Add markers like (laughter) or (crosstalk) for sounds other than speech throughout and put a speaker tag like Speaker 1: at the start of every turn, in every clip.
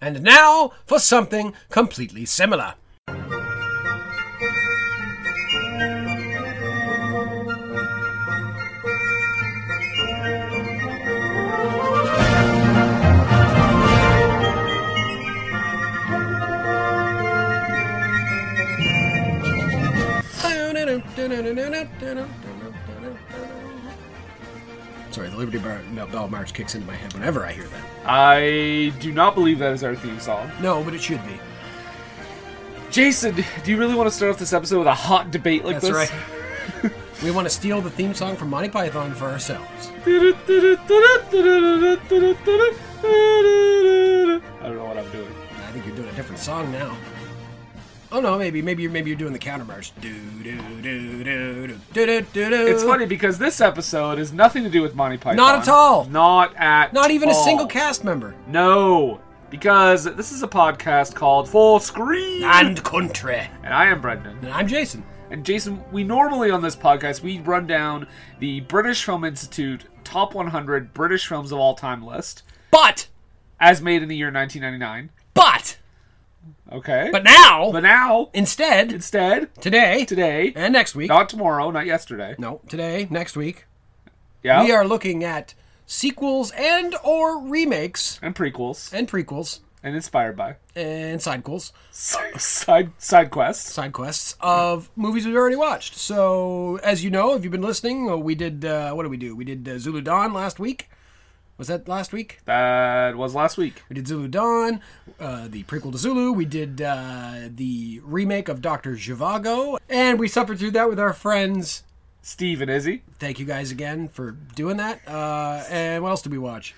Speaker 1: And now for something completely similar. Sorry, the Liberty Bar- Bell March kicks into my head whenever I hear that.
Speaker 2: I do not believe that is our theme song.
Speaker 1: No, but it should be.
Speaker 2: Jason, do you really want to start off this episode with a hot debate like
Speaker 1: That's
Speaker 2: this? (laughs)
Speaker 1: right. we want to steal the theme song from Monty Python for ourselves.
Speaker 2: I don't know what I'm doing.
Speaker 1: I think you're doing a different song now. Oh no, maybe maybe you're maybe you're doing the counter march. Do do do do do do do do.
Speaker 2: It's funny because this episode has nothing to do with Monty Python.
Speaker 1: Uh. Not at all.
Speaker 2: Not at
Speaker 1: Not even a
Speaker 2: all.
Speaker 1: single cast member.
Speaker 2: No, because this is a podcast called Full Screen.
Speaker 1: And country.
Speaker 2: and I am Brendan.
Speaker 1: And I'm Jason.
Speaker 2: And Jason, we normally on this podcast we run down the British Film Institute top 100 British films of all time list
Speaker 1: But
Speaker 2: as made in the year 1999.
Speaker 1: but
Speaker 2: Okay.
Speaker 1: but now
Speaker 2: but now
Speaker 1: instead
Speaker 2: instead
Speaker 1: today
Speaker 2: today,
Speaker 1: and next week.
Speaker 2: not tomorrow, not yesterday.
Speaker 1: No, today next week
Speaker 2: Yeah.
Speaker 1: we are looking at sequels and or remakes
Speaker 2: and prequels
Speaker 1: and prequels
Speaker 2: and inspired by
Speaker 1: and sidequels
Speaker 2: side side quests.
Speaker 1: side quests of movies we've already watched. So, as you know, if you've been listening, uh, we did uh, what did we do? We did uh, Zulu Dawn last week. Was that last week?
Speaker 2: That was last week.
Speaker 1: We did Zulu Dawn, uh, the prequel to Zulu. We did uh, the remake of Doctor Zhivago, and we suffered through that with our friends.
Speaker 2: Steve and Izzy.
Speaker 1: Thank you guys again for doing that. Uh, and what else did we watch?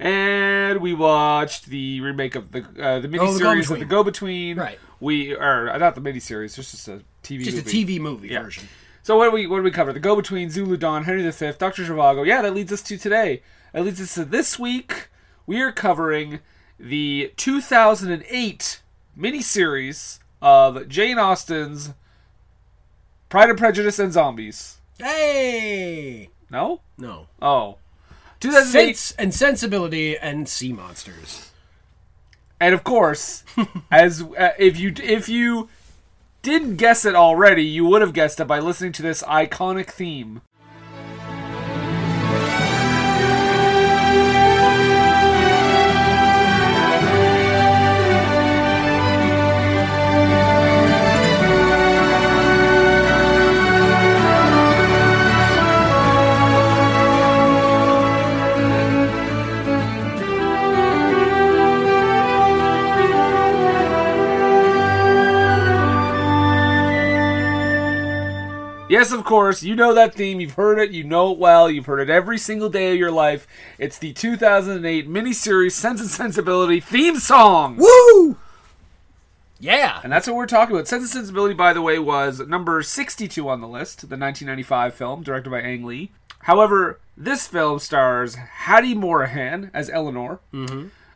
Speaker 2: and we watched the remake of the uh, the
Speaker 1: Oh, the
Speaker 2: miniseries
Speaker 1: Go-Between.
Speaker 2: of the Go Between.
Speaker 1: Right.
Speaker 2: We or uh, not the miniseries, it's just a TV
Speaker 1: Just a
Speaker 2: movie.
Speaker 1: TV movie
Speaker 2: Yeah.
Speaker 1: version.
Speaker 2: So what do we what do we cover? The Go Between, Zulu Dawn, Henry V, Doctor Zhivago. Yeah, that leads us to today. That leads us to this week. We are covering the 2008 miniseries of Jane Austen's Pride and Prejudice and Zombies.
Speaker 1: Hey,
Speaker 2: No.
Speaker 1: no
Speaker 2: Oh. 2008
Speaker 1: sense and sensibility and sea monsters.
Speaker 2: And of course, as uh, if you if you didn't guess it already, you would have guessed it by listening to this iconic theme. Yes, of course, you know that theme. You've heard it. You know it well. You've heard it every single day of your life. It's the 2008 miniseries Sense and Sensibility theme song.
Speaker 1: Woo! Yeah.
Speaker 2: And that's what we're talking about. Sense and Sensibility, by the way, was number 62 on the list, the 1995 film directed by Ang Lee. However, this film stars Hattie Morahan as Eleanor,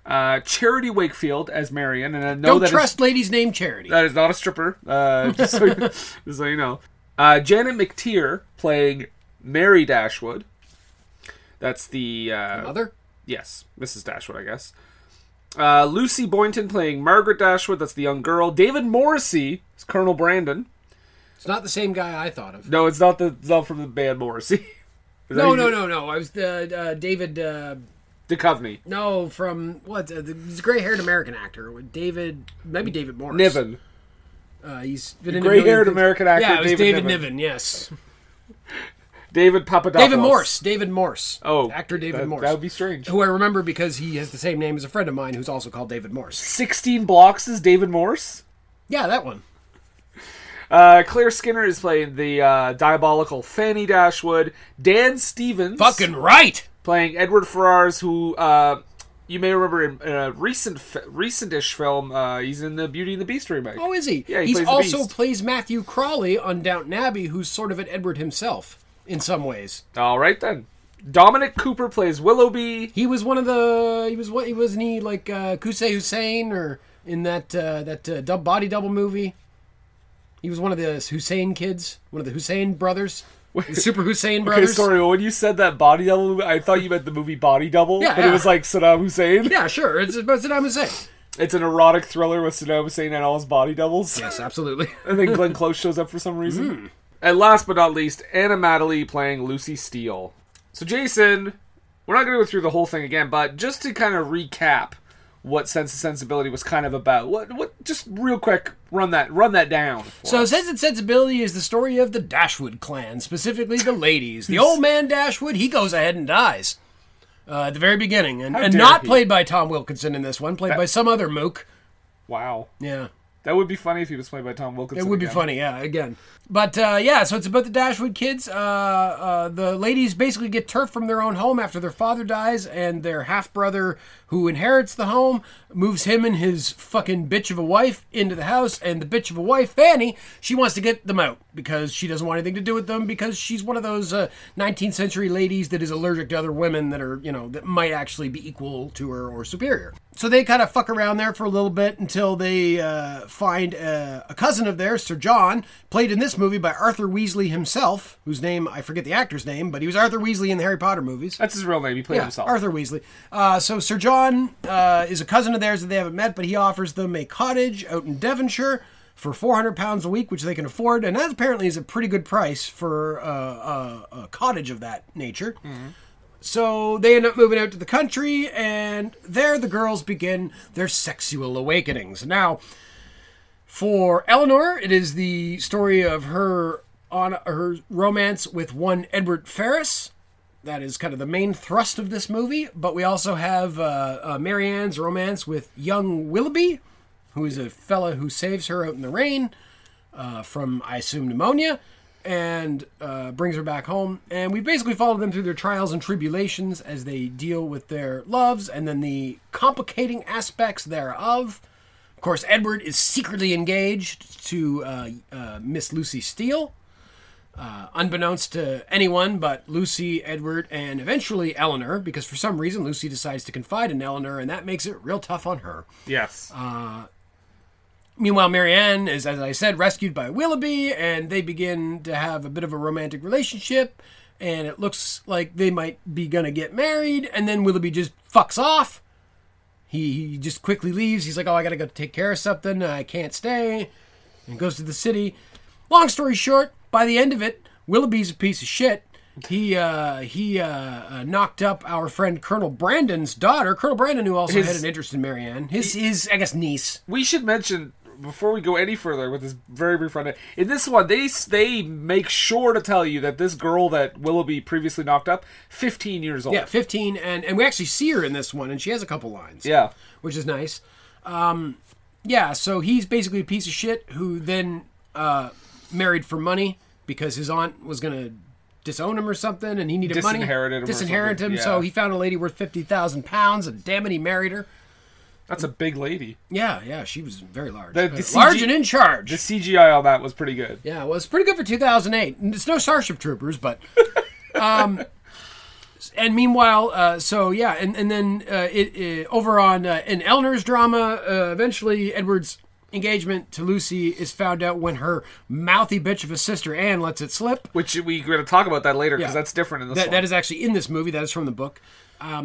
Speaker 2: uh, Charity Wakefield as Marion, and I know
Speaker 1: Mm-hmm. Don't
Speaker 2: Oh, that is-
Speaker 1: trust ladies' name charity.
Speaker 2: that is not a stripper, uh, (laughs) just, so, just so you know. Uh, Janet McTeer playing Mary Dashwood. That's the uh,
Speaker 1: Mother?
Speaker 2: Yes, Mrs. Dashwood, I guess. Uh, Lucy Boynton playing Margaret Dashwood. That's the young girl. David Morrissey is Colonel Brandon.
Speaker 1: It's not the same guy I thought of.
Speaker 2: No, it's not the it's not from the band Morrissey. (laughs) Is
Speaker 1: No,
Speaker 2: that-
Speaker 1: no, no, no. I was the uh, David. Uh,
Speaker 2: Duchovny.
Speaker 1: no, from what? Uh, the, he's a gray-haired American actor. David, maybe David Morris.
Speaker 2: Niven.
Speaker 1: Uh, he's been in a
Speaker 2: Gray-haired
Speaker 1: million things.
Speaker 2: American actor,
Speaker 1: Yeah, it was
Speaker 2: David
Speaker 1: David,
Speaker 2: Niven. Oh,
Speaker 1: Niven. Yes,
Speaker 2: David Papadopoulos.
Speaker 1: David Morse. David Morse.
Speaker 2: Oh,
Speaker 1: actor David
Speaker 2: that,
Speaker 1: Morse,
Speaker 2: That would be strange.
Speaker 1: who I remember because he has the same name as a friend of mine who's also called David Morse.
Speaker 2: Sixteen blocks is David Morse.
Speaker 1: Yeah, that one.
Speaker 2: Uh, Claire Skinner is playing the uh, diabolical Fanny Dashwood. Dan Stevens
Speaker 1: Fucking right.
Speaker 2: playing Edward Ferrars, who uh, you may remember in a recent f- recentish film. Uh, he's in the Beauty and the Beast remake.
Speaker 1: Oh, is he?
Speaker 2: Yeah, he
Speaker 1: he's
Speaker 2: plays the
Speaker 1: also
Speaker 2: Beast.
Speaker 1: plays Matthew Crawley on Downton Abbey, who's sort of an Edward himself in some ways.
Speaker 2: All right then. Dominic Cooper plays Willoughby.
Speaker 1: He was one of the. He was what? He wasn't he like uh, Kusei Hussein or in that uh, that uh, dub body double movie. He was one of the Hussein kids, one of the Hussein brothers, the
Speaker 2: (laughs)
Speaker 1: Super Hussein
Speaker 2: Okay,
Speaker 1: brothers.
Speaker 2: sorry. When you said that body double, I thought you meant the movie Body Double,
Speaker 1: Yeah,
Speaker 2: but it
Speaker 1: yeah.
Speaker 2: was like Saddam Hussein.
Speaker 1: Yeah, sure. It's about Saddam Hussein.
Speaker 2: It's an erotic thriller with Saddam Hussein and all his body doubles.
Speaker 1: Yes, absolutely.
Speaker 2: And then Glenn Close shows up for some reason. Hmm. And last but not least, Anna Madeley playing Lucy Steele. So, Jason, we're not going to go through the whole thing again, but just to kind of recap what Sense of Sensibility was kind of about. What? What? Just real quick, run that, run that down. for
Speaker 1: So,
Speaker 2: us.
Speaker 1: Sense and Sensibility is the story of the Dashwood clan, specifically the ladies. The old man Dashwood, he goes ahead and dies uh, at the very beginning, and, and
Speaker 2: dare
Speaker 1: not
Speaker 2: he.
Speaker 1: played by Tom Wilkinson in this one, played by some other mook.
Speaker 2: wow,
Speaker 1: Yeah,
Speaker 2: that would be funny if he was played by Tom Wilkinson.
Speaker 1: it would be
Speaker 2: again.
Speaker 1: funny. Yeah, again, but uh, yeah, so it's about the Dashwood kids. Uh, uh, the ladies basically get turfed from their own home after their father dies, and their half brother, who inherits the home, moves him and his fucking bitch of a wife into the house. And the bitch of a wife, Fanny, she wants to get them out because she doesn't want anything to do with them because she's one of those uh, 19th century ladies that is allergic to other women that are you know that might actually be equal to her or superior. So they kind of fuck around there for a little bit until they uh, find uh, a cousin of theirs, Sir John, played in this movie by Arthur Weasley himself, whose name I forget the actor's name, but he was Arthur Weasley in the Harry Potter movies.
Speaker 2: That's his real name. He played
Speaker 1: Yeah,
Speaker 2: himself.
Speaker 1: Arthur Weasley. Uh, so Sir John uh, is a cousin of theirs that they haven't met, but he offers them a cottage out in Devonshire for 400 pounds a week, which they can afford, and that apparently is a pretty good price for uh, a, a cottage of that nature.
Speaker 2: Mm-hmm.
Speaker 1: So they end up moving out to the country, and there the girls begin their sexual awakenings. Now, for Eleanor, it is the story of her on her romance with one Edward Ferris. That is kind of the main thrust of this movie. But we also have uh, uh, Mary Ann's romance with young Willoughby, who is a fella who saves her out in the rain uh, from, I assume, pneumonia, and uh, brings her back home. And we basically follow them through their trials and tribulations as they deal with their loves and then the complicating aspects thereof. Of course, Edward is secretly engaged to uh, uh, Miss Lucy Steele. Uh, unbeknownst to anyone but Lucy, Edward, and eventually Eleanor, because for some reason Lucy decides to confide in Eleanor, and that makes it real tough on her.
Speaker 2: Yes.
Speaker 1: Uh, Meanwhile, Marianne is, as I said, rescued by Willoughby, and they begin to have a bit of a romantic relationship. And it looks like they might be gonna get married, and then Willoughby just fucks off. He, he just quickly leaves. He's like, "Oh, I gotta go take care of something. I can't stay," and goes to the city. Long story short, by the end of it, Willoughby's a piece of shit. He uh, he uh, uh, knocked up our friend Colonel Brandon's daughter, Colonel Brandon, who also
Speaker 2: His-
Speaker 1: had an interest in Marianne. His his I guess niece.
Speaker 2: we should mention before we go any further with this very brief rundown. In this one, they they make sure to tell you that this girl that Willoughby previously knocked up, fifteen years old.
Speaker 1: Yeah, 15, and and we actually see her in this one, and she has a couple lines.
Speaker 2: Yeah.
Speaker 1: which is nice. Um, yeah, so he's basically a piece of shit who then uh, married for money because his aunt was gonna disown him or something, and he needed
Speaker 2: Disinherited him
Speaker 1: money.
Speaker 2: or
Speaker 1: Disinherit
Speaker 2: something,
Speaker 1: him. So
Speaker 2: yeah.
Speaker 1: he found a lady worth fifty thousand pounds, and damn it, he married her.
Speaker 2: That's a big lady.
Speaker 1: Yeah, yeah, she was very large,
Speaker 2: The-
Speaker 1: Uh,
Speaker 2: the CG
Speaker 1: large and in charge.
Speaker 2: The CGI on that was pretty good.
Speaker 1: Yeah, well, it's pretty good for 2008. And It's no Starship Troopers, but. Um, and meanwhile, uh, so yeah, and and then uh, it, it over on uh, in Eleanor's drama, uh, eventually Edward's engagement to Lucy is found out when her mouthy bitch of a sister Anne lets it slip.
Speaker 2: Which we're going to talk about that later because
Speaker 1: Yeah.
Speaker 2: that's different in this
Speaker 1: That,
Speaker 2: one.
Speaker 1: that is actually in this movie. That is from the book.
Speaker 2: yeah.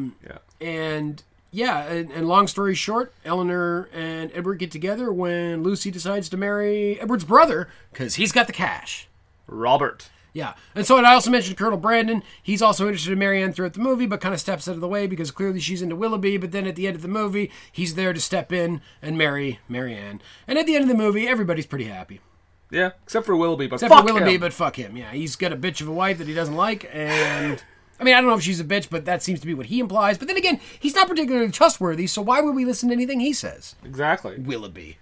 Speaker 1: And yeah, and, and long story short, Eleanor and Edward get together when Lucy decides to marry Edward's brother because he's got the cash.
Speaker 2: Robert.
Speaker 1: Yeah. And so, and I also mentioned Colonel Brandon. He's also interested in Marianne throughout the movie, but kind of steps out of the way because clearly she's into Willoughby. But then at the end of the movie, he's there to step in and marry Marianne. And at the end of the movie, everybody's pretty happy.
Speaker 2: Yeah, except for Willoughby, but
Speaker 1: Except
Speaker 2: fuck
Speaker 1: for Willoughby,
Speaker 2: him.
Speaker 1: but fuck him. Yeah. He's got a bitch of a wife that he doesn't like. And I mean, I don't know if she's a bitch, but that seems to be what he implies. But then again, he's not particularly trustworthy, so why would we listen to anything he says?
Speaker 2: exactly.
Speaker 1: Willoughby.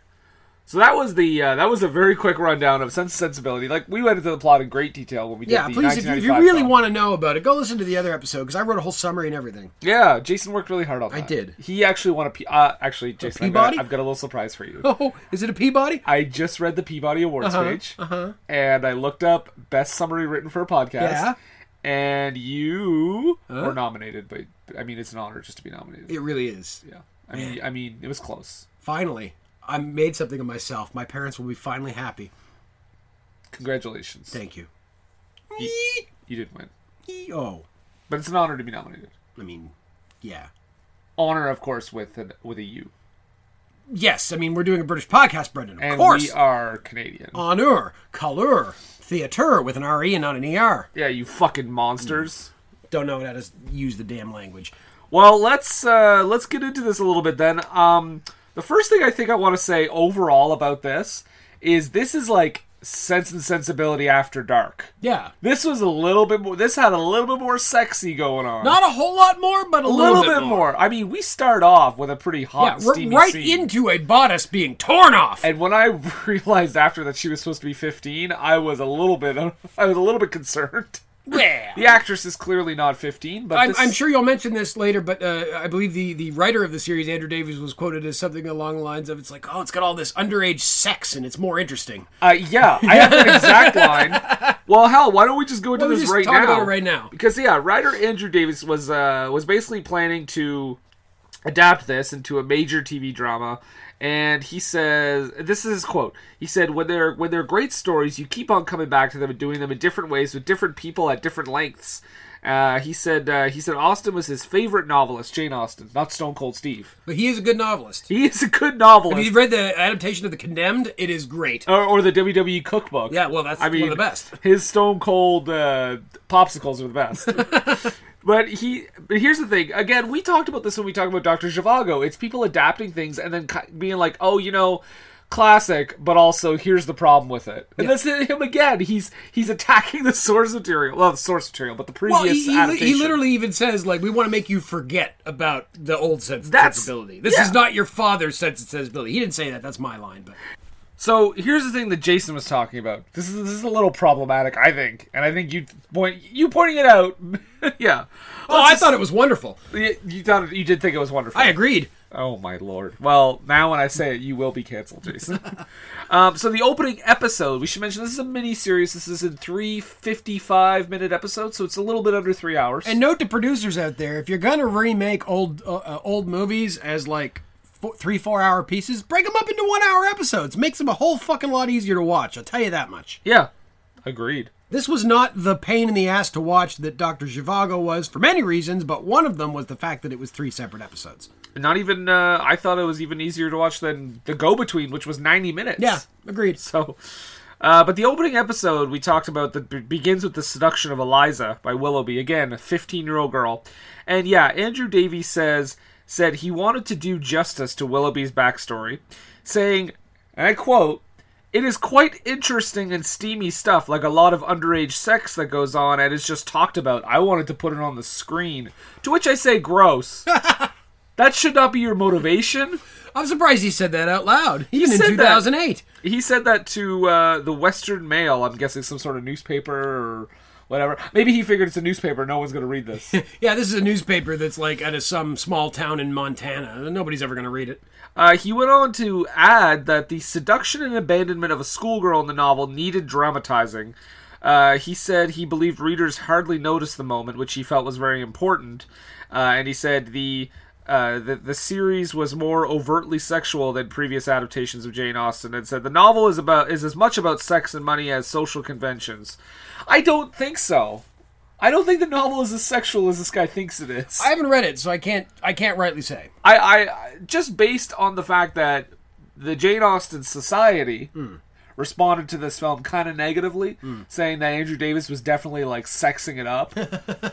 Speaker 2: So that was the uh, that was a very quick rundown of Sense and Sensibility. Like we went into the plot in great detail when we did
Speaker 1: Yeah,
Speaker 2: the
Speaker 1: please, if you, if you
Speaker 2: 1995
Speaker 1: really
Speaker 2: film.
Speaker 1: want to know about it, go listen to the other episode because I wrote a whole summary and everything.
Speaker 2: Yeah, Jason worked really hard on that. I
Speaker 1: did.
Speaker 2: He actually won a P- uh, actually Jason, I've got,
Speaker 1: Peabody?
Speaker 2: I've got a little surprise for you.
Speaker 1: (laughs) Oh, is it a Peabody?
Speaker 2: I just read the Peabody Awards
Speaker 1: Uh-huh,
Speaker 2: page, and I looked up best summary written for a podcast.
Speaker 1: Yeah.
Speaker 2: And you were nominated, but I mean, it's an honor just to be nominated.
Speaker 1: It really is.
Speaker 2: yeah. I mean, I mean, it was close.
Speaker 1: Finally, I made something of myself. My parents will be finally happy.
Speaker 2: Congratulations.
Speaker 1: Thank you.
Speaker 2: You did win,
Speaker 1: Oh,
Speaker 2: but it's an honor to be nominated.
Speaker 1: I mean, yeah.
Speaker 2: Honor, of course, with an, with a U.
Speaker 1: yes, I mean we're doing a British podcast, Brendan. Of
Speaker 2: and
Speaker 1: course, Oh.
Speaker 2: we are Canadian.
Speaker 1: honor, color, theater with an R E and not an E R.
Speaker 2: yeah, you fucking monsters.
Speaker 1: Don't know how to s- use the damn language.
Speaker 2: Well, let's uh, let's get into this a little bit then. Um, the first thing I think I want to say overall about this is this is like Sense and Sensibility after dark.
Speaker 1: Yeah,
Speaker 2: This was a little bit more. This had a little bit more sexy going on.
Speaker 1: not a whole lot more, but a,
Speaker 2: a little, bit more. I mean, we start off with a pretty
Speaker 1: Yeah,
Speaker 2: hot,
Speaker 1: we're
Speaker 2: steamy
Speaker 1: right
Speaker 2: scene.
Speaker 1: into a bodice being torn off.
Speaker 2: And when I (laughs) realized after that she was supposed to be 15, I was a little bit (laughs) I was a little bit concerned.
Speaker 1: yeah.
Speaker 2: The actress is clearly not 15, but
Speaker 1: I'm,
Speaker 2: this,
Speaker 1: I'm sure you'll mention this later, but uh, I believe the, the writer of the series, Andrew Davies, was quoted as something along the lines of, "It's like, oh, it's got all this underage sex, and it's more interesting."
Speaker 2: Uh, yeah, I have that exact line. Well, hell, why don't we just go into
Speaker 1: Why don't we
Speaker 2: this
Speaker 1: just
Speaker 2: right
Speaker 1: talk
Speaker 2: now?
Speaker 1: about it right now?
Speaker 2: because yeah, writer Andrew Davis was uh, was basically planning to adapt this into a major TV drama, and he says this is his quote. He said, "When they're when they're great stories, you keep on coming back to them and doing them in different ways with different people at different lengths." Uh, he said uh, he said Austin was his favorite novelist, Jane Austen, not Stone Cold Steve.
Speaker 1: But he is a good novelist.
Speaker 2: He is a good novelist.
Speaker 1: If you read the adaptation of The Condemned, it is great.
Speaker 2: or, or the WWE cookbook.
Speaker 1: Yeah, well, that's one of the best. (laughs)
Speaker 2: His Stone Cold uh, popsicles are the best.
Speaker 1: (laughs)
Speaker 2: but he, but here's the thing. Again, we talked about this when we talked about Doctor Zhivago. It's people adapting things and then ki- being like, oh, you know. Classic, but also here's the problem with it. And that's him again. He's he's attacking the source material. Well, the source material, but the previous
Speaker 1: Well, he, he, li-
Speaker 2: adaptation.
Speaker 1: he literally even says, like, we want to make you forget about the old sense and
Speaker 2: That's-
Speaker 1: sensibility. This
Speaker 2: yeah.
Speaker 1: is not your father's sense and sensibility. He didn't say that. That's my line, but
Speaker 2: So here's the thing that Jason was talking about. This is this is a little problematic, I think, and I think you point you pointing it out. (laughs) yeah.
Speaker 1: oh, I thought it was wonderful.
Speaker 2: You, you thought it, you did think it was wonderful.
Speaker 1: I agreed.
Speaker 2: oh my lord! Well, now when I say it, you will be
Speaker 1: (laughs)
Speaker 2: canceled, Jason. um, so the opening episode, we should mention this is a mini series. This is in three fifty-five minute episodes, so it's a little bit under three hours.
Speaker 1: And note to producers out there: if you're gonna remake old uh, uh, old movies as like four, three four hour pieces, break them up into one hour episodes. Makes them a whole fucking lot easier to watch. I'll tell you that much.
Speaker 2: yeah, agreed.
Speaker 1: This was not the pain in the ass to watch that Doctor Zhivago was for many reasons, but one of them was the fact that it was three separate episodes.
Speaker 2: Not even uh, I thought it was even easier to watch than the Go Between, which was ninety minutes.
Speaker 1: Yeah, agreed.
Speaker 2: (laughs) So, uh, but the opening episode we talked about that be- begins with the seduction of Eliza by Willoughby, again a 15-year-old girl, and yeah, Andrew Davies says said he wanted to do justice to Willoughby's backstory, saying, and I quote. It is quite interesting and steamy stuff, like a lot of underage sex that goes on and is just talked about. I wanted to put it on the screen. To which I say, gross. that should not be your motivation.
Speaker 1: I'm surprised he said that out loud. Even in
Speaker 2: said that.
Speaker 1: 2008.
Speaker 2: He said that to uh, the Western Mail. I'm guessing some sort of newspaper or whatever. Maybe he figured it's a newspaper. No one's going to read this.
Speaker 1: Yeah, this is a newspaper that's like out of some small town in Montana. Nobody's ever gonna read it.
Speaker 2: uh, he went on to add that the seduction and abandonment of a schoolgirl in the novel needed dramatizing. Uh, he said he believed readers hardly noticed the moment, which he felt was very important. Uh, and he said the. Uh, the, the series was more overtly sexual than previous adaptations of Jane Austen, and said the novel is about is as much about sex and money as social conventions. I don't think so. I don't think the novel is as sexual as this guy thinks it is.
Speaker 1: I haven't read it, so I can't. I can't rightly say.
Speaker 2: I, I I- just based on the fact that the Jane Austen Society
Speaker 1: Hmm.
Speaker 2: responded to this film kind of negatively, saying that Andrew Davis was definitely like sexing
Speaker 1: (laughs)
Speaker 2: it up,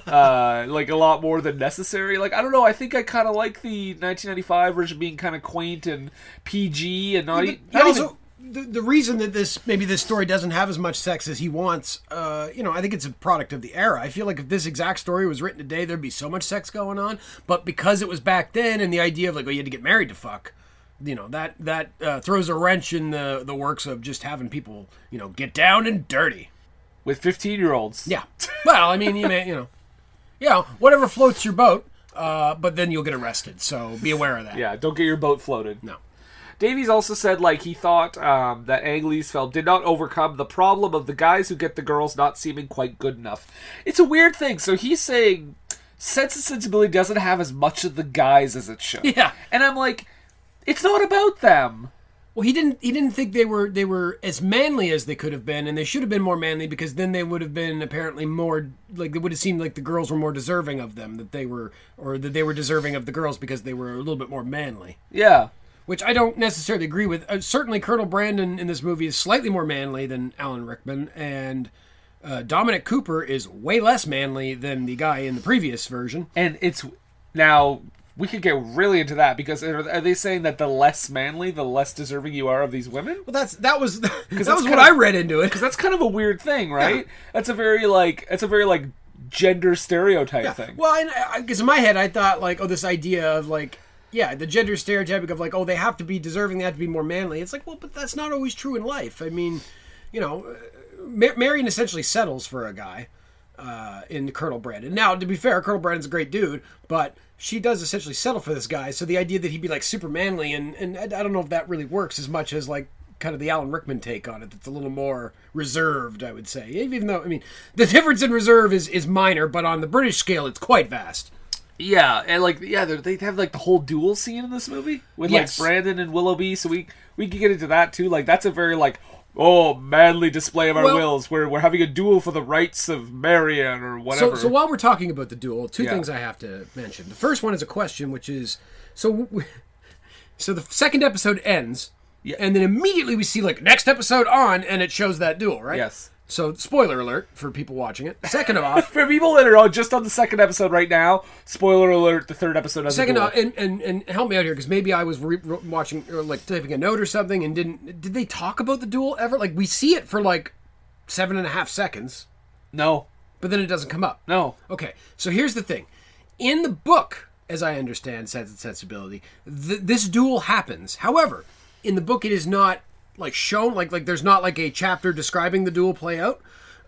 Speaker 2: uh, like a lot more than necessary. Like I don't know. I think I kind of like the 1995 version being kind of quaint and PG and not, e-
Speaker 1: But
Speaker 2: not even
Speaker 1: also, the, the reason that this maybe this story doesn't have as much sex as he wants, uh, you know, I think it's a product of the era. I feel like if this exact story was written today, there'd be so much sex going on. But because it was back then, and the idea of like, oh, you had to get married to fuck, you know, that that uh, throws a wrench in the the works of just having people, you know, get down and dirty.
Speaker 2: with 15 year olds.
Speaker 1: Yeah. (laughs) Well, I mean, you may, you know, yeah, whatever floats your boat. Uh, but then you'll get arrested, so be aware of that.
Speaker 2: Yeah, don't get your boat floated.
Speaker 1: No.
Speaker 2: Davies also said like he thought um, that Ang Lee's film did not overcome the problem of the guys who get the girls not seeming quite good enough. It's a weird thing. So he's saying Sense and Sensibility doesn't have as much of the guys as it should.
Speaker 1: Yeah.
Speaker 2: and I'm like, it's not about them.
Speaker 1: Well, he didn't. He didn't think they were they were as manly as they could have been, and they should have been more manly because then they would have been apparently more like it would have seemed like the girls were more deserving of them that they were, or that they were deserving of the girls because they were a little bit more manly.
Speaker 2: Yeah,
Speaker 1: which I don't necessarily agree with. Uh, certainly, Colonel Brandon in this movie is slightly more manly than Alan Rickman, and uh, Dominic Cooper is way less manly than the guy in the previous version.
Speaker 2: And it's now we could get really into that because are, are they saying that the less manly, the less deserving you are of these women?
Speaker 1: Well, that's that was (laughs) that was
Speaker 2: that's
Speaker 1: what
Speaker 2: kinda-
Speaker 1: I read into it. (laughs)
Speaker 2: Because that's kind of a weird thing, right? That's a very like that's a very like gender stereotype thing.
Speaker 1: Well, and I because in my head I thought like, oh, this idea of like, yeah, the gender stereotypic of like, oh, they have to be deserving, they have to be more manly. It's like, well, but that's not always true in life. I mean, you know, uh, Ma- Marion essentially settles for a guy uh, in Colonel Brandon. Now, to be fair, Colonel Brandon's a great dude, but she does essentially settle for this guy. So the idea that he'd be like super manly and and I, I don't know if that really works as much as like kind of the Alan Rickman take on it. That's a little more reserved, I would say. Even though I mean, the difference in reserve is is minor, but on the British scale, it's quite vast.
Speaker 2: Yeah, and like yeah, they're- they have like the whole duel scene in this movie with
Speaker 1: Yes.
Speaker 2: like Brandon and Willoughby. So we we could get into that too. Like that's a very like oh manly display of our
Speaker 1: Well-
Speaker 2: wills. We're we're having a duel for the rights of Marion or
Speaker 1: So,
Speaker 2: whatever.
Speaker 1: so while we're talking about the duel, two
Speaker 2: Yeah.
Speaker 1: things I have to mention. The first one is a question, which is so. W- so the second episode ends,
Speaker 2: Yeah.
Speaker 1: and then immediately we see like next episode on, and it shows that duel, right?
Speaker 2: yes.
Speaker 1: So spoiler alert for people watching it. Second of off,
Speaker 2: For people that are on- just on the second episode right now, spoiler alert: (laughs) the third episode has
Speaker 1: second
Speaker 2: a duel.
Speaker 1: off, and, and and help me out here because maybe I was re- re- watching or like typing a note or something and didn't. Did they talk about the duel ever? Like we see it for like seven and a half seconds,
Speaker 2: no,
Speaker 1: but then it doesn't come up.
Speaker 2: no,
Speaker 1: Okay, so here's the thing. In the book, as I understand Sense and Sensibility, th- this duel happens. However, in the book, it is not like shown. Like like there's not like a chapter describing the duel play out.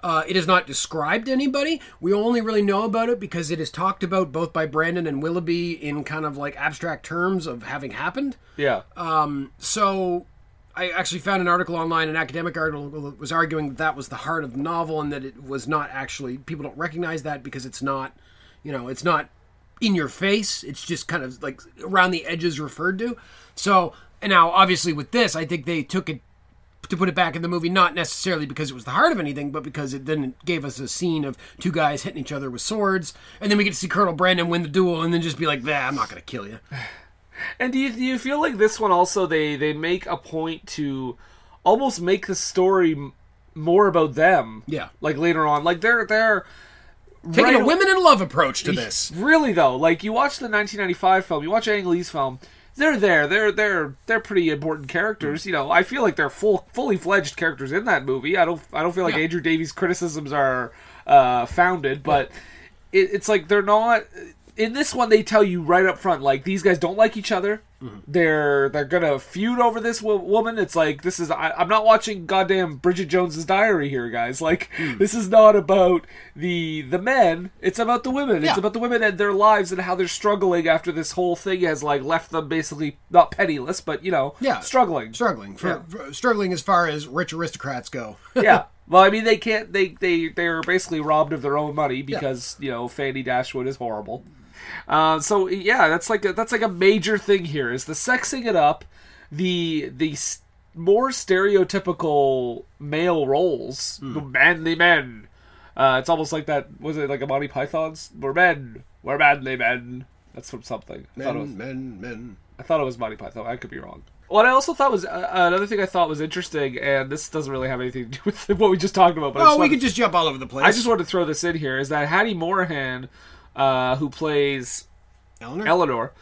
Speaker 1: Uh, it is not described to anybody. We only really know about it because it is talked about both by Brandon and Willoughby in kind of like abstract terms of having happened.
Speaker 2: yeah,
Speaker 1: So I actually found an article online, an academic article that was arguing that, that was the heart of the novel and that it was not actually people don't recognize that because it's not, you know, it's not in your face. It's just kind of like around the edges referred to. So and now obviously with this, I think they took it to put it back in the movie, not necessarily because it was the heart of anything, but because it then gave us a scene of two guys hitting each other with swords, and then we get to see Colonel Brandon win the duel, and then just be like, "Nah, I'm not gonna kill you."
Speaker 2: And do you, do you feel like this one also they they make a point to almost make the story m- more about them?
Speaker 1: Yeah.
Speaker 2: Like later on, like they're they're
Speaker 1: Taking
Speaker 2: right-
Speaker 1: a women in love approach to this.
Speaker 2: Really though, like you watch the 1995 film, you watch Ang Lee's film, they're there, they're they're they're pretty important characters. You know, I feel like they're full fully fledged characters in that movie. I don't I don't feel like
Speaker 1: Yeah.
Speaker 2: Andrew Davies' criticisms are uh, founded, but it, it's like they're not. In this one, they tell you right up front, like these guys don't like each other.
Speaker 1: Mm-hmm.
Speaker 2: They're they're gonna feud over this wo- woman. It's like this is I, I'm not watching goddamn Bridget Jones's Diary here, guys. Like
Speaker 1: Hmm.
Speaker 2: this is not about the the men. It's about the women. It's
Speaker 1: Yeah.
Speaker 2: about the women and their lives and how they're struggling after this whole thing has like left them basically not penniless, but you know,
Speaker 1: Yeah.
Speaker 2: struggling.
Speaker 1: struggling for,
Speaker 2: Yeah.
Speaker 1: for- struggling as far as rich aristocrats
Speaker 2: (laughs)
Speaker 1: go.
Speaker 2: yeah. Well, I mean, they can't. They they they are basically robbed of their own money because you know Fanny Dashwood is horrible. Uh, so yeah, that's like a, that's like a major thing here is the sexing it up, the the s- more stereotypical male roles, the manly men. Uh, it's almost like that. Was it like a Monty Python's? We're men. We're manly men. That's from something. I thought it was-
Speaker 1: men, men, men.
Speaker 2: I thought it was Monty Python. I could be wrong. What I also thought was uh, another thing I thought was interesting, and this doesn't really have anything to do (laughs) with what we just talked about. But I,
Speaker 1: Oh,
Speaker 2: just
Speaker 1: we
Speaker 2: wanted,
Speaker 1: could just jump all over the place.
Speaker 2: I just wanted to throw this in here: is that Hattie Morahan, uh, who plays
Speaker 1: Eleanor.
Speaker 2: Eleanor,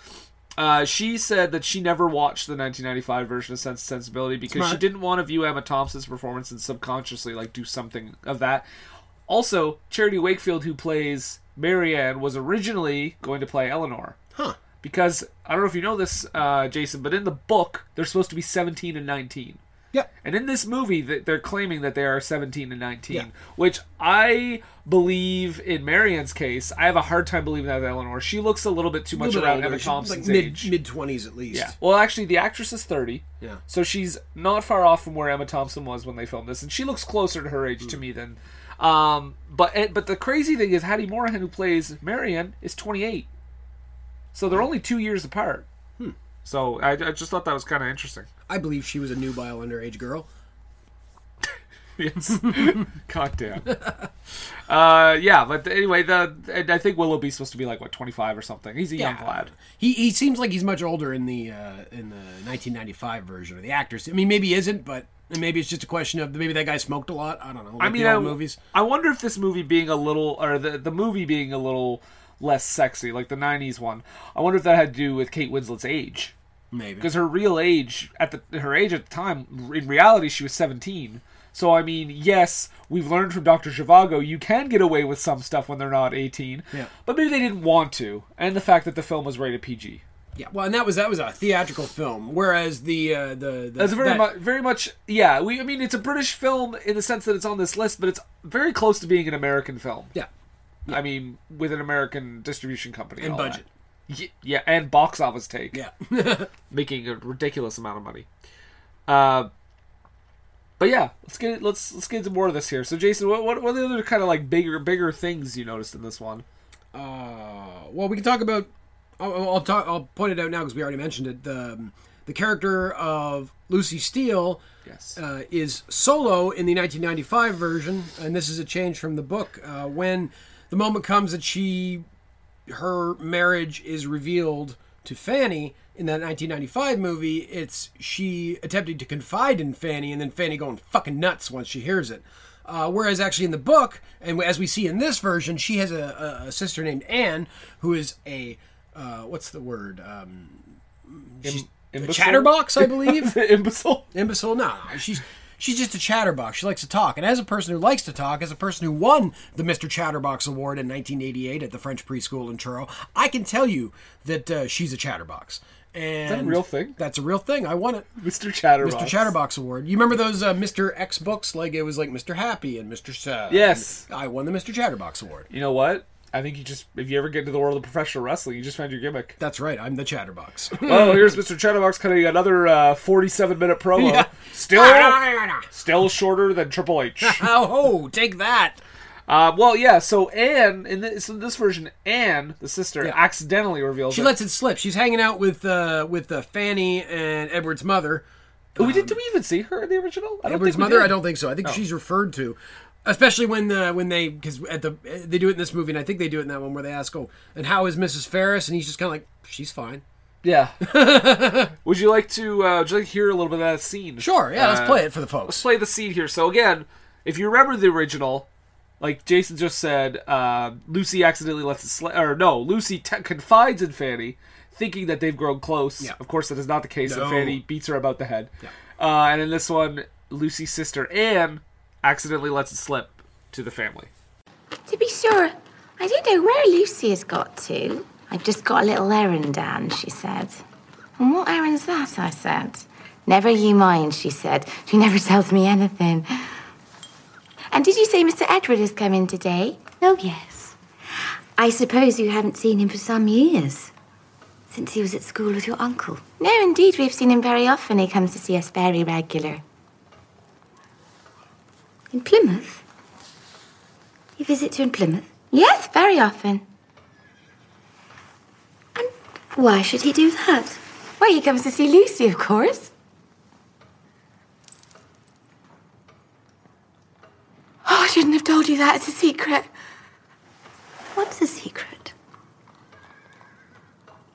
Speaker 2: uh, she said that she never watched the 1995 version of Sense and Sensibility because she
Speaker 1: Smart.
Speaker 2: didn't want to view Emma Thompson's performance and subconsciously like do something of that. Also, Charity Wakefield, who plays Marianne, was originally going to play Eleanor
Speaker 1: huh?
Speaker 2: because I don't know if you know this, uh, Jason, but in the book they're supposed to be 17 and 19,
Speaker 1: Yep.
Speaker 2: and in this movie th- they're claiming that they are 17 and 19,
Speaker 1: Yeah.
Speaker 2: which I believe in Marianne's case, I have a hard time believing that of Eleanor. She looks a little bit too much
Speaker 1: Little bit
Speaker 2: around
Speaker 1: older.
Speaker 2: Emma
Speaker 1: She's
Speaker 2: Thompson's
Speaker 1: like
Speaker 2: age.
Speaker 1: mid mid twenties at least.
Speaker 2: yeah. Well, actually, the actress is 30.
Speaker 1: Yeah.
Speaker 2: So she's not far off from where Emma Thompson was when they filmed this, and she looks closer to her age to me than. Um, but and, but the crazy thing is Hattie Morahan, who plays Marion, is 28. So they're only two years apart. So I, I just thought that was kind of interesting.
Speaker 1: I believe she was a nubile underage girl.
Speaker 2: (laughs) yes. God damn. Uh, yeah, but anyway, the and I think Willoughby's supposed to be like what twenty five or something. He's a young lad.
Speaker 1: He he seems like he's much older in the uh, in the 1995 version of the actors. I mean, maybe he isn't, but and maybe it's just a question of maybe that guy smoked a lot. I don't know. Like
Speaker 2: I mean,
Speaker 1: the
Speaker 2: I,
Speaker 1: old movies.
Speaker 2: I wonder if this movie being a little, or the the movie being a little less sexy, like the '90s one. I wonder if that had to do with Kate Winslet's age,
Speaker 1: Maybe
Speaker 2: because her real age at the her age at the time, in reality, she was 17. So I mean, yes, we've learned from Doctor Zhivago, you can get away with some stuff when they're not 18.
Speaker 1: Yeah.
Speaker 2: But maybe they didn't want to, and the fact that the film was rated PG.
Speaker 1: yeah. Well, and that was that was a theatrical film, whereas the uh, the, the
Speaker 2: That's very
Speaker 1: that-
Speaker 2: much, very much, yeah. We, I mean, it's a British film in the sense that it's on this list, but it's very close to being an American film.
Speaker 1: yeah
Speaker 2: I mean, with an American distribution company
Speaker 1: and
Speaker 2: all
Speaker 1: budget.
Speaker 2: that. Ye- yeah, and box office take,
Speaker 1: Yeah, (laughs)
Speaker 2: making a ridiculous amount of money. Uh, but yeah, let's get let's let's get into more of this here. So, Jason, what what, what are the other kind of like bigger bigger things you noticed in this one? (laughs)
Speaker 1: Uh, well, we can talk about. I'll, I'll talk. I'll point it out now because we already mentioned it. The um, the character of Lucy Steele
Speaker 2: Yes,
Speaker 1: uh, is solo in the 1995 version, and this is a change from the book. Uh, when the moment comes that she, her marriage is revealed to Fanny in that 1995 movie, it's she attempting to confide in Fanny, and then Fanny going fucking nuts once she hears it. Uh, whereas actually in the book, and as we see in this version, she has a, a, a sister named Anne who is a uh, what's the word? Um, she's a
Speaker 2: imbecile?
Speaker 1: chatterbox, I
Speaker 2: (laughs)
Speaker 1: believe
Speaker 2: imbecile.
Speaker 1: imbecile. No, no, she's she's just a chatterbox. She likes to talk, and as a person who likes to talk, as a person who won the Mister Chatterbox Award in 1988 at the French preschool in Truro, I can tell you that uh, she's a chatterbox. And
Speaker 2: a real thing?
Speaker 1: That's a real thing. I won it.
Speaker 2: Mr. Chatterbox.
Speaker 1: Mr. Chatterbox Award. You remember those uh, Mr. X books? Like it was like Mr. Happy and Mr. Sad.
Speaker 2: Yes.
Speaker 1: I won the Mr. Chatterbox Award.
Speaker 2: You know what? I think you just if you ever get into the world of professional wrestling, you just found your gimmick.
Speaker 1: That's right. I'm the chatterbox. (laughs)
Speaker 2: Oh, here's Mr. Chatterbox cutting another uh,
Speaker 1: (laughs)
Speaker 2: 47 minute promo.
Speaker 1: Yeah. (laughs)
Speaker 2: Still, still shorter than Triple H.
Speaker 1: oh, take that.
Speaker 2: uh, well, yeah. So Anne in this, in this version, Anne, the sister, accidentally reveals.
Speaker 1: She
Speaker 2: that-
Speaker 1: lets it slip. She's hanging out with uh, with uh, Fanny and Edward's mother.
Speaker 2: Oh, we did. Did we even see her in the original? I
Speaker 1: um,
Speaker 2: don't
Speaker 1: Edward's
Speaker 2: think we
Speaker 1: mother?
Speaker 2: did.
Speaker 1: I don't think Oh. so. I think she's referred to, especially when the when they because at the they do it in this movie, and I think they do it in that one where they ask, "Oh, and how is Mrs. Ferris?" And he's just kind of like, "She's fine."
Speaker 2: Yeah.
Speaker 1: (laughs)
Speaker 2: would you like to? Uh, would you like to hear a little bit of that scene?
Speaker 1: Sure, yeah,
Speaker 2: Uh,
Speaker 1: let's play it for the folks.
Speaker 2: play the scene here. So again, if you remember the original, like Jason just said, uh, Lucy accidentally lets it slip, or no, Lucy te- confides in Fanny, thinking that they've grown close.
Speaker 1: Yeah.
Speaker 2: Of course, that is not the case,
Speaker 1: No.
Speaker 2: and Fanny beats her about the head. Uh, and in this one, Lucy's sister Anne accidentally lets it slip to the family.
Speaker 3: To be sure, I don't know where Lucy has got to. I've just got a little errand, Anne, she said. And what errand's that? I said. Never you mind, she said. She never tells me anything. And did you say Mr. Edward has come in today?
Speaker 4: Oh, yes. I suppose you haven't seen him for some years. Since he was at school with your uncle.
Speaker 3: No, indeed, we've seen him very often. He comes to see us very regular.
Speaker 4: In Plymouth? You visit you in Plymouth?
Speaker 3: Yes, very often.
Speaker 4: Why should he do that?
Speaker 3: Well, he comes to see Lucy, of course. Oh, I shouldn't have told you that. It's a secret.
Speaker 4: What's the secret?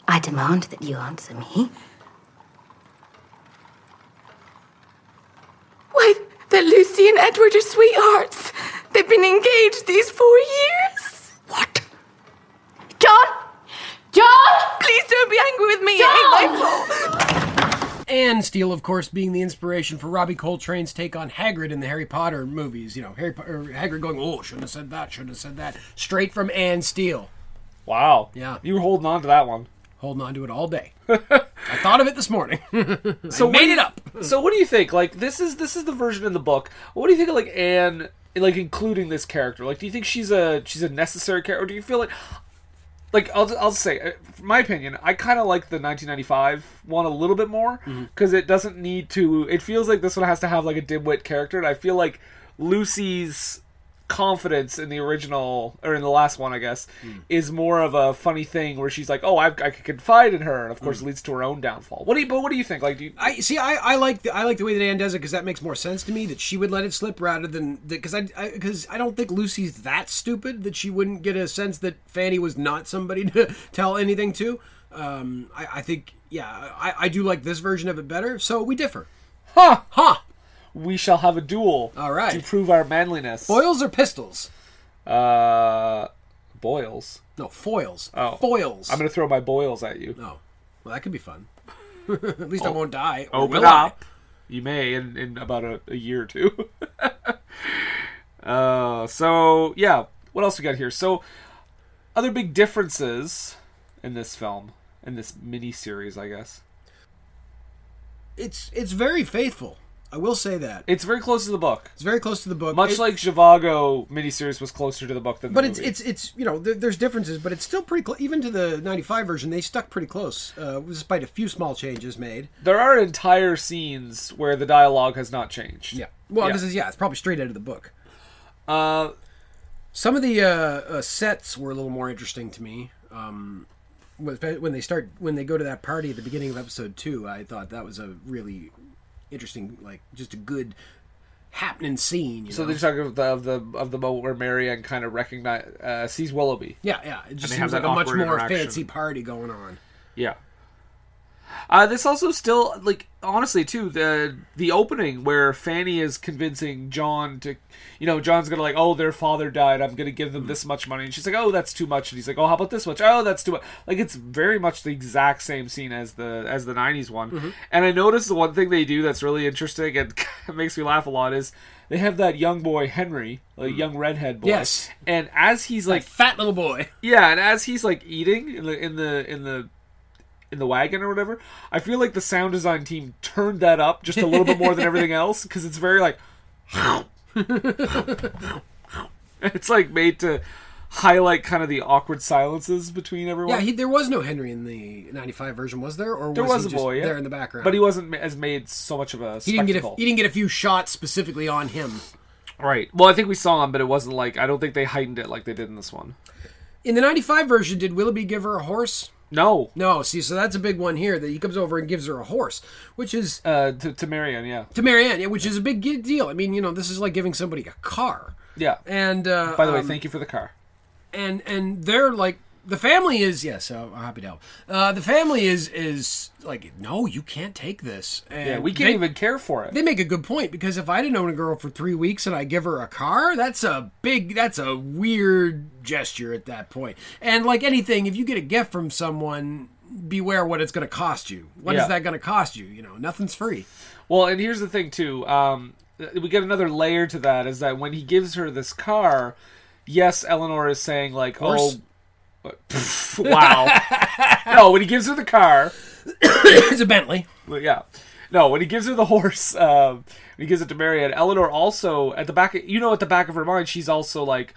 Speaker 4: I demand that you answer me.
Speaker 3: Why, that Lucy and Edward are sweethearts. They've been engaged these four years. What? John! John! Please don't be angry with me. It ain't my fault.
Speaker 1: And Steele, of course, being the inspiration for Robbie Coltrane's take on Hagrid in the Harry Potter movies. You know, Harry po- or Hagrid going, "Oh, shouldn't have said that. Shouldn't have said that." Straight from Anne Steele,
Speaker 2: Wow.
Speaker 1: Yeah.
Speaker 2: You were holding on to that one.
Speaker 1: holding on to it all day. (laughs) I thought of it this morning.
Speaker 2: So
Speaker 1: Made
Speaker 2: what-
Speaker 1: it up.
Speaker 2: (laughs) So what do you think? Like this is this is the version in the book. What do you think of like Anne like including this character? Like do you think she's a she's a necessary character or do you feel like like I'll I'll say uh, from my opinion, I kind of like the 1995 one a little bit more
Speaker 1: Mm-hmm.
Speaker 2: because it doesn't need to it feels like this one has to have like a dimwit character and I feel like Lucy's confidence in the original or in the last one, I guess,
Speaker 1: Mm.
Speaker 2: is more of a funny thing where she's like, "Oh, I've, I could confide in her," and of
Speaker 1: Mm.
Speaker 2: course, it leads to her own downfall. What do you? But what do you think? Like, do you,
Speaker 1: I see. I, I like the, I like the way that Anne does it because that makes more sense to me. That she would let it slip rather than because I because I, don't think Lucy's that stupid that she wouldn't get a sense that Fanny was not somebody (laughs) to tell anything to. Um, I, I think yeah, I, I do like this version of it better. So we differ,
Speaker 2: huh?
Speaker 1: huh?
Speaker 2: We shall have a duel.
Speaker 1: All right.
Speaker 2: To prove our manliness.
Speaker 1: Foils or pistols?
Speaker 2: uh, boils.
Speaker 1: No, foils.
Speaker 2: Oh.
Speaker 1: foils.
Speaker 2: I'm gonna throw my boils at you.
Speaker 1: Oh, well, that could be fun. (laughs) At least I won't die. Or
Speaker 2: Oh. Open
Speaker 1: will I?
Speaker 2: up. You may in, in about a, a year or two. (laughs) uh, so yeah, what else we got here? So other big differences in this film, in this mini series, I guess.
Speaker 1: It's it's very faithful. I will say that
Speaker 2: It's very close to the book.
Speaker 1: it's very close to the book.
Speaker 2: Much
Speaker 1: It-
Speaker 2: like Zhivago miniseries was closer to the book than
Speaker 1: But
Speaker 2: the
Speaker 1: it's
Speaker 2: movie.
Speaker 1: it's it's you know there, there's differences, but it's still pretty close. Even to the '95 version, they stuck pretty close, uh, despite a few small changes made.
Speaker 2: there are entire scenes where the dialogue has not changed.
Speaker 1: Well,
Speaker 2: Yeah.
Speaker 1: this is yeah, it's probably straight out of the book.
Speaker 2: Uh,
Speaker 1: Some of the uh, uh, sets were a little more interesting to me. Um, with- when they start when they go to that party at the beginning of episode two, I thought that was a really interesting, like just a good happening scene. You
Speaker 2: so
Speaker 1: know?
Speaker 2: they're talking of the of the of the moment where Marianne kind of recognize uh, sees Willoughby.
Speaker 1: yeah, yeah, it just
Speaker 2: they have
Speaker 1: seems like
Speaker 2: that
Speaker 1: a much
Speaker 2: awkward
Speaker 1: more
Speaker 2: interaction.
Speaker 1: fancy party going on.
Speaker 2: Yeah. Uh, this also still like honestly too the the opening where Fanny is convincing John to, you know, John's gonna like oh their father died I'm gonna give them this much money and she's like oh that's too much and he's like oh how about this much oh that's too much like it's very much the exact same scene as the as the '90s one and I noticed the one thing they do that's really interesting and (laughs) makes me laugh a lot is they have that young boy Henry like young redhead boy
Speaker 1: Yes.
Speaker 2: and as he's like
Speaker 1: Fat little boy.
Speaker 2: yeah, and as he's like eating in the in the in the in the wagon or whatever, I feel like the sound design team turned that up just a little bit more than everything else because it's very like, (laughs) it's like made to highlight kind of the awkward silences between everyone.
Speaker 1: Yeah, he, there was no Henry in the '95 version, was there? Or
Speaker 2: there
Speaker 1: was,
Speaker 2: was,
Speaker 1: he
Speaker 2: a
Speaker 1: just
Speaker 2: boy yeah.
Speaker 1: there in the background,
Speaker 2: but he wasn't ma- as made so much of a.
Speaker 1: He didn't get a,
Speaker 2: spectacle.
Speaker 1: he didn't get a few shots specifically on him.
Speaker 2: right. Well, I think we saw him, but it wasn't like I don't think they heightened it like they did in this one.
Speaker 1: In the '95 version, did Willoughby give her a horse?
Speaker 2: No,
Speaker 1: No. See, so that's a big one here that he comes over and gives her a horse, which is
Speaker 2: uh, to, to Marion, yeah,
Speaker 1: to Marianne, yeah, which is a big ge- deal. I mean, you know, this is like giving somebody a car.
Speaker 2: yeah.
Speaker 1: And uh,
Speaker 2: By the way,
Speaker 1: um,
Speaker 2: thank you for the car.
Speaker 1: and and they're like the family is yes uh, I'm happy to help. Uh, the family is is like no, you can't take this. And
Speaker 2: Yeah, we can't
Speaker 1: they-
Speaker 2: even care for it.
Speaker 1: They make a good point because if I didn't own a girl for three weeks and I give her a car, that's a big, that's a weird gesture at that point. And like anything, if you get a gift from someone, beware what it's going to cost you. What is
Speaker 2: Yeah.
Speaker 1: that going to cost you? You know, nothing's free.
Speaker 2: (clears throat) Well, and here's the thing too. Um, th- we get another layer to that is that when he gives her this car, yes, Eleanor is saying like,
Speaker 1: Horse?
Speaker 2: "Oh, (laughs) but- pff, wow." no, when he gives her the car,
Speaker 1: it's a Bentley.
Speaker 2: well, yeah. No, when he gives her the horse, (laughs) um, when he gives it to Marianne, Eleanor also at the back, of, you know, at the back of her mind, she's also like,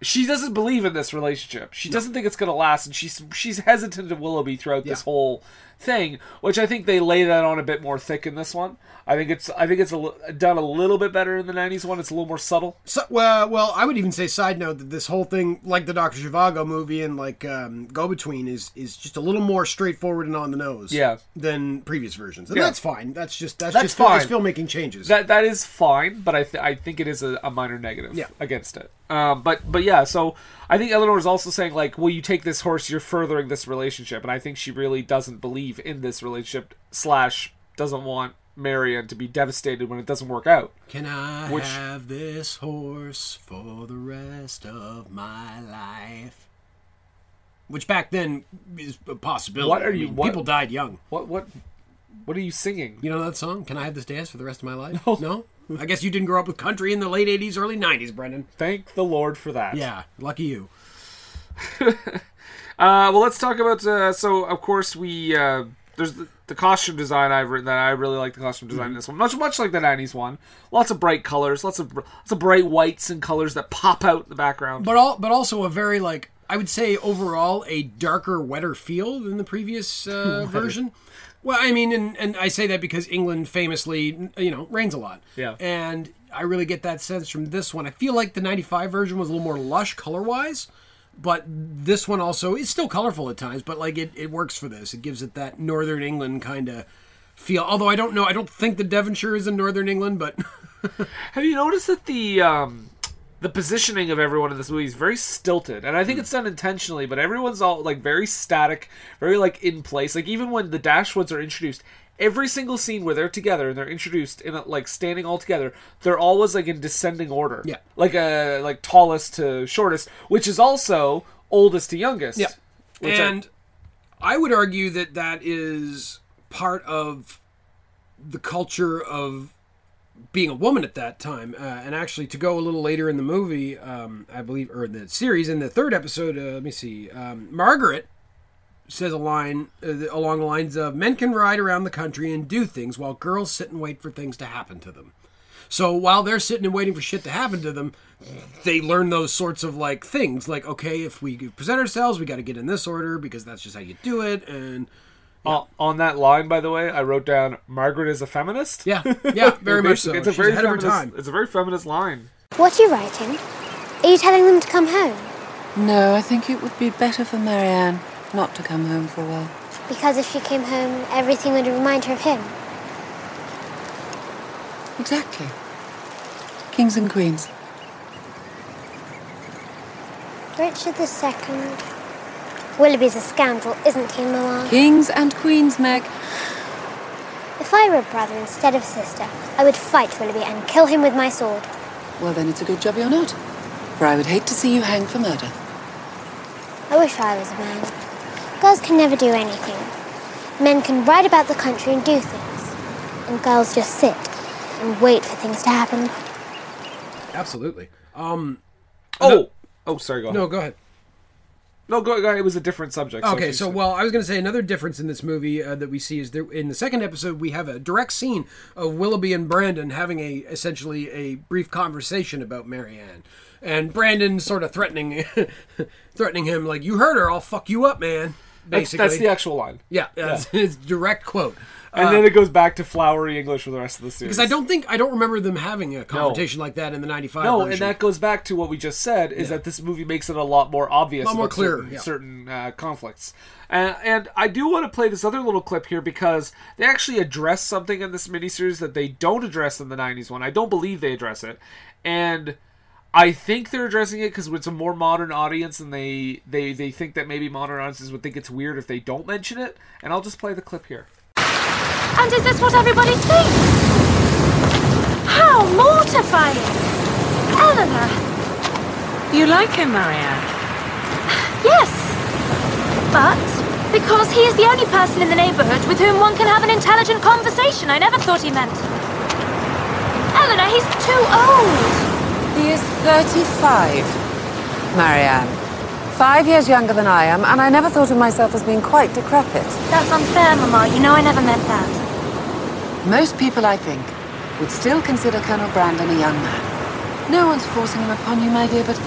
Speaker 2: she doesn't believe in this relationship. She doesn't think it's going to last, and she's she's hesitant to Willoughby throughout this
Speaker 1: Yeah.
Speaker 2: whole thing, which I think they lay that on a bit more thick in this one. I think it's I think it's a, li- done a little bit better in the '90s one. It's a little more subtle.
Speaker 1: So, well, well, I would even say side note that this whole thing, like the Doctor Zhivago movie and like um, Go Between, is is just a little more straightforward and on the nose.
Speaker 2: Yeah.
Speaker 1: Than previous versions, and
Speaker 2: Yeah.
Speaker 1: that's fine. That's just that's,
Speaker 2: That's
Speaker 1: just fil- that's
Speaker 2: fine.
Speaker 1: filmmaking changes.
Speaker 2: That that is fine, but I th- I think it is a, a minor negative
Speaker 1: Yeah.
Speaker 2: against it. Um, but but yeah, so I think Eleanor is also saying like, "Will you take this horse? You're furthering this relationship," and I think she really doesn't believe in this relationship slash doesn't want Marion to be devastated when it doesn't work out.
Speaker 1: Can I
Speaker 2: Which-
Speaker 1: have this horse for the rest of my life? Which back then is a possibility.
Speaker 2: What are
Speaker 1: I
Speaker 2: you-
Speaker 1: mean,
Speaker 2: what-
Speaker 1: People died young.
Speaker 2: What what what are you singing?
Speaker 1: You know that song? Can I have this dance for the rest of my life? No. I guess you didn't grow up with country in the late '80s, early '90s, Brendan.
Speaker 2: Thank the Lord for that.
Speaker 1: Yeah, lucky you.
Speaker 2: Uh, well, let's talk about. Uh, so, of course, we uh, there's the, the costume design I've written that I really like the costume design in this one, much much like the '90s one. Lots of bright colors, lots of lots of bright whites and colors that pop out in the background.
Speaker 1: But all, but also a very like I would say overall a darker, wetter feel than the previous uh, version. Well, I mean, and, and I say that because England famously, you know, rains a lot.
Speaker 2: Yeah.
Speaker 1: And I really get that sense from this one. I feel like the 95 version was a little more lush color wise, but this one also is still colorful at times, but like it, it works for this. It gives it that Northern England kind of feel. Although I don't know, I don't think the Devonshire is in Northern England, but (laughs)
Speaker 2: Have you noticed that the um, the positioning of everyone in this movie is very stilted, and I
Speaker 1: Hmm.
Speaker 2: think it's done intentionally. But everyone's all like very static, very like in place. Like even when the Dashwoods are introduced, every single scene where they're together and they're introduced in a- like standing all together, they're always like in descending order.
Speaker 1: Yeah.
Speaker 2: like uh, like tallest to shortest, which is also oldest to youngest.
Speaker 1: Yep.
Speaker 2: Which I-
Speaker 1: and I would argue that that is part of the culture of being a woman at that time. Uh, and actually, to go a little later in the movie, um, I believe, or in the series, in the third episode, uh, let me see, um, Margaret says a line uh, th- along the lines of men can ride around the country and do things while girls sit and wait for things to happen to them. So while they're sitting and waiting for shit to happen to them, they learn those sorts of like things like okay if we present ourselves we got to get in this order because that's just how you do it and
Speaker 2: on- Uh, on that line, by the way, I wrote down Margaret is a feminist. (laughs)
Speaker 1: yeah yeah very much so
Speaker 2: It's a
Speaker 1: She's
Speaker 2: very
Speaker 1: ahead of her
Speaker 2: feminist.
Speaker 1: time
Speaker 2: It's a very feminist line.
Speaker 5: What are you writing? Are you telling them to come home?
Speaker 6: No, I think it would be better for Marianne not to come home for a while.
Speaker 5: Because if she came home, everything would remind her of him.
Speaker 6: Exactly. Kings and queens.
Speaker 5: Richard II. Willoughby's a scoundrel, isn't he, Mama?
Speaker 6: Kings and queens, Meg.
Speaker 5: If I were a brother instead of a sister, I would fight Willoughby and kill him with my sword.
Speaker 6: Well, then it's a good job you're not. For I would hate to see you hanged for murder.
Speaker 5: I wish I was a man. Girls can never do anything. Men can ride about the country and do things. And girls just sit and wait for things to happen.
Speaker 1: absolutely um
Speaker 2: Oh, oh, sorry. Go ahead.
Speaker 1: no go ahead
Speaker 2: No, go, go. It was a different subject.
Speaker 1: Okay,
Speaker 2: it's
Speaker 1: so
Speaker 2: just-
Speaker 1: well, I was going to say another difference in this movie uh, that we see is there in the second episode we have a direct scene of Willoughby and Brandon having a essentially a brief conversation about Marianne, and Brandon sort of threatening, (laughs) threatening him like you hurt her, I'll fuck you up, man.
Speaker 2: that's,
Speaker 1: Basically,
Speaker 2: that's the actual line,
Speaker 1: yeah, that's (laughs) his direct quote.
Speaker 2: and then it goes back to flowery English for the rest of the series.
Speaker 1: Because I don't think I don't remember them having a confrontation like that in the '95
Speaker 2: No,
Speaker 1: version.
Speaker 2: and that goes back to what we just said is that this movie makes it a lot more obvious, a
Speaker 1: lot more clearer,
Speaker 2: certain,
Speaker 1: yeah.
Speaker 2: certain, uh, conflicts. And, and I do want to play this other little clip here because they actually address something in this miniseries that they don't address in the '90s one. I don't believe they address it, and I think they're addressing it because it's a more modern audience, and they they they think that maybe modern audiences would think it's weird if they don't mention it. And I'll just play the clip here.
Speaker 7: And is this what everybody thinks? How mortifying! Eleanor! You like him, Marianne? Yes! But because he is the only person in the neighborhood with whom one can have an intelligent conversation, I never thought he meant. Eleanor, he's too old!
Speaker 6: He is 35, Marianne. Five years younger than I am, and I never thought of myself as being quite decrepit.
Speaker 7: That's unfair, Mama. You know I never meant that.
Speaker 6: Most people, I think, would still consider Colonel Brandon a young man. No one's forcing him upon you, my dear, but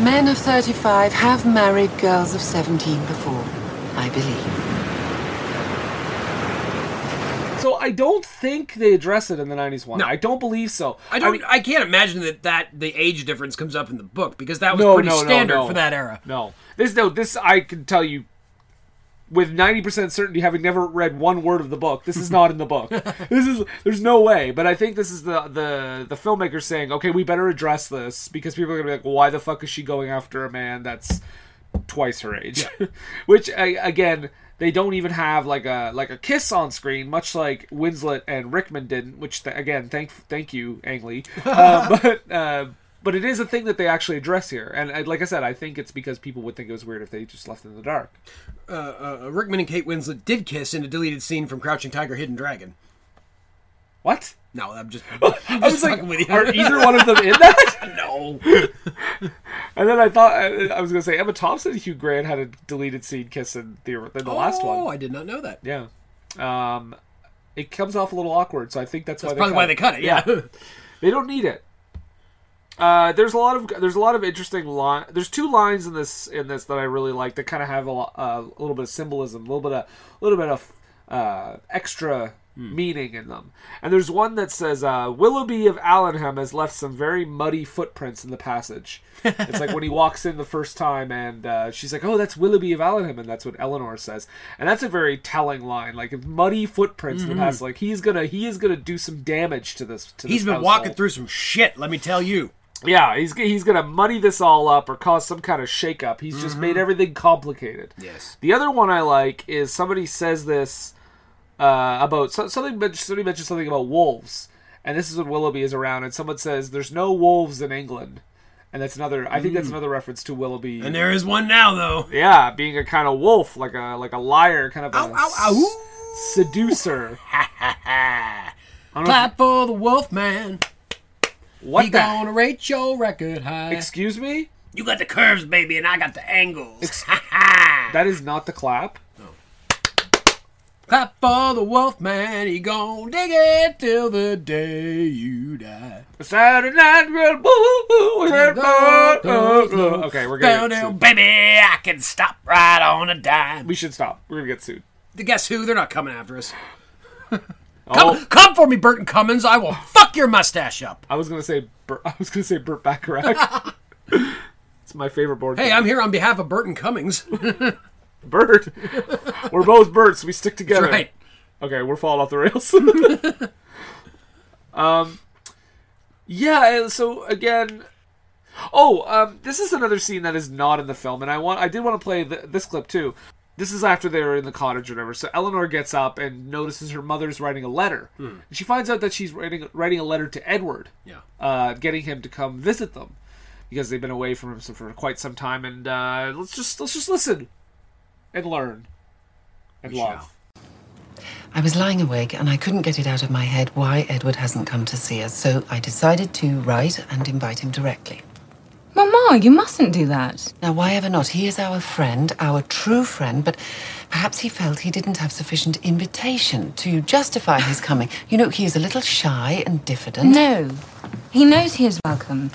Speaker 6: men of 35 have married girls of 17 before, I believe.
Speaker 2: So I don't think they address it in the '90s one.
Speaker 1: No.
Speaker 2: I don't believe so.
Speaker 1: I don't. I, can't imagine that that the age difference comes up in the book because that was
Speaker 2: no,
Speaker 1: pretty
Speaker 2: no, no,
Speaker 1: standard
Speaker 2: no.
Speaker 1: for that era.
Speaker 2: No, this no, this I can tell you with ninety percent certainty, having never read one word of the book. This is not in
Speaker 1: (laughs)
Speaker 2: the book. This is there's no way. But I think this is the the the filmmaker saying, okay, we better address this because people are gonna be like, why the fuck is she going after a man that's twice her age? (laughs) Which I, again. They don't even have like a like a kiss on screen, much like Winslet and Rickman didn't. Which th- again, thank thank you, Ang
Speaker 1: (laughs)
Speaker 2: Lee. Uh, but uh, but it is a thing that they actually address here, and uh, like I said, I think it's because people would think it was weird if they just left it in the dark.
Speaker 1: Uh, Rickman and Kate Winslet did kiss in a deleted scene from Crouching Tiger, Hidden Dragon.
Speaker 2: What?
Speaker 1: No, I'm just.
Speaker 2: (laughs) I
Speaker 1: I'm
Speaker 2: was
Speaker 1: just
Speaker 2: like,
Speaker 1: fucking with you. (laughs) Oh,
Speaker 2: are either one of them in that?
Speaker 1: no.
Speaker 2: And then I thought I, I was gonna say Emma Thompson, and Hugh Grant had a deleted scene kiss in the in the last
Speaker 1: Oh,
Speaker 2: one.
Speaker 1: I did not know that.
Speaker 2: Yeah, um, it comes off a little awkward, so I think that's,
Speaker 1: That's
Speaker 2: why
Speaker 1: probably
Speaker 2: they
Speaker 1: why they cut it. Yeah.
Speaker 2: They don't need it. Uh, there's a lot of there's a lot of interesting line. There's two lines in this in this that I really like that kind of have a, lo- uh, a little bit of symbolism, a little bit of a little bit of uh, extra
Speaker 1: Hmm.
Speaker 2: meaning in them. And there's one that says uh, Willoughby of Allenham has left some very muddy footprints in the passage. it's like
Speaker 1: (laughs)
Speaker 2: when he walks in the first time, and uh, she's like, "Oh, that's Willoughby of Allenham," and that's what Eleanor says, and that's a very telling line. Like muddy footprints
Speaker 1: Mm-hmm.
Speaker 2: in the passage. Like he's gonna he is gonna do some damage to this. To
Speaker 1: He's
Speaker 2: this
Speaker 1: been walking
Speaker 2: household.
Speaker 1: through some shit, let me tell you.
Speaker 2: Yeah, he's g- he's gonna muddy this all up or cause some kind of shakeup. He's just made everything complicated.
Speaker 1: Mm-hmm. Yes.
Speaker 2: The other one I like is somebody says this uh, about so, something. men- Somebody mentioned something about wolves, and this is when Willoughby is around, and someone says, "There's no wolves in England," and that's another. I think that's another reference to Willoughby.
Speaker 1: Mm. And there is one now, though.
Speaker 2: yeah, being a kind of wolf, like a like a liar, kind of a
Speaker 1: ow, ow.
Speaker 2: s- seducer. Ah.
Speaker 1: Clap for the wolf man.
Speaker 2: What
Speaker 1: He
Speaker 2: the?
Speaker 1: gonna rate your record high.
Speaker 2: Excuse me.
Speaker 1: You got the curves, baby, and I got the (laughs) angles.
Speaker 2: That is not the clap.
Speaker 1: Clap for the wolf man. He gonna dig it till the day you die.
Speaker 2: Saturday night, Red Bull, Red Bull. uh, Okay, we're
Speaker 1: Down
Speaker 2: gonna get
Speaker 1: there,
Speaker 2: sued.
Speaker 1: baby. I can stop right on a dime.
Speaker 2: We should stop. We're gonna get sued.
Speaker 1: Guess who? They're not coming after us.
Speaker 2: Oh,
Speaker 1: Come, come for me, Burton Cummins. I will fuck your mustache up.
Speaker 2: I was gonna say, Bur- (laughs) I was gonna say Burt Bacharach.
Speaker 1: (laughs)
Speaker 2: it's my favorite board.
Speaker 1: Hey,
Speaker 2: game.
Speaker 1: I'm here on behalf of Burton Cummings.
Speaker 2: Bert. we're both Berts. We stick together.
Speaker 1: right.
Speaker 2: Okay, we're falling off the rails. (laughs) um, yeah. and So again, oh, um, this is another scene that is not in the film, and I want, I did want to play th- this clip too. This is after they're in the cottage or whatever. So Eleanor gets up and notices her mother's writing a letter. And she finds out that she's writing writing a letter to Edward
Speaker 1: Hmm. Yeah.
Speaker 2: uh, getting him to come visit them because they've been away from him so- for quite some time. And uh, let's just let's just listen and learn and love.
Speaker 6: I was lying awake and I couldn't get it out of my head why Edward hasn't come to see us, so I decided to write and invite him directly.
Speaker 8: Mama, you mustn't do that.
Speaker 6: Now, why ever not? He is our friend, our true friend, but perhaps he felt he didn't have sufficient invitation to justify
Speaker 8: (sighs)
Speaker 6: his coming. You know, he is a little shy and diffident.
Speaker 8: No. He knows he is welcome.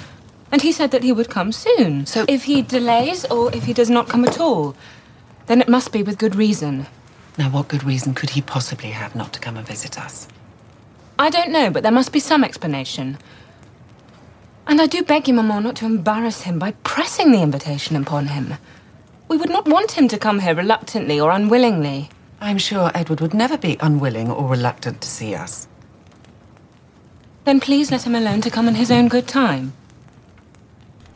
Speaker 8: And he said that he would come soon.
Speaker 6: So-
Speaker 8: if he delays or if he does not come at all, then it must be with good reason.
Speaker 6: Now, what good reason could he possibly have not to come and visit us?
Speaker 8: I don't know, but there must be some explanation. And I do beg you, Maman, not to embarrass him by pressing the invitation upon him. We would not want him to come here reluctantly or unwillingly.
Speaker 6: I'm sure Edward would never be unwilling or reluctant to see us.
Speaker 8: Then please let him alone to come in his own good time.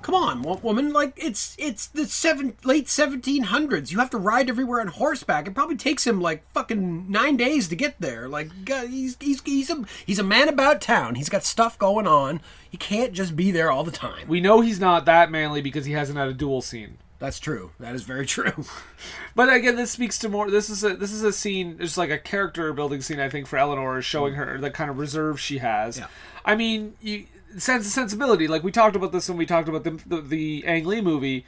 Speaker 1: Come on, wo- woman! Like it's it's the seven late seventeen hundreds. You have to ride everywhere on horseback. It probably takes him like fucking nine days to get there. Like God, he's he's he's a he's a man about town. He's got stuff going on. He can't just be there all the time.
Speaker 2: We know he's not that manly because he hasn't had a duel scene.
Speaker 1: That's true. That is very (laughs) true.
Speaker 2: But again, this speaks to more. This is a this is a scene, just like a character building scene. I think for Eleanor is showing her the kind of reserve she has. I mean, you, sense and sensibility. Like we talked about this when we talked about the the, the Ang Lee movie.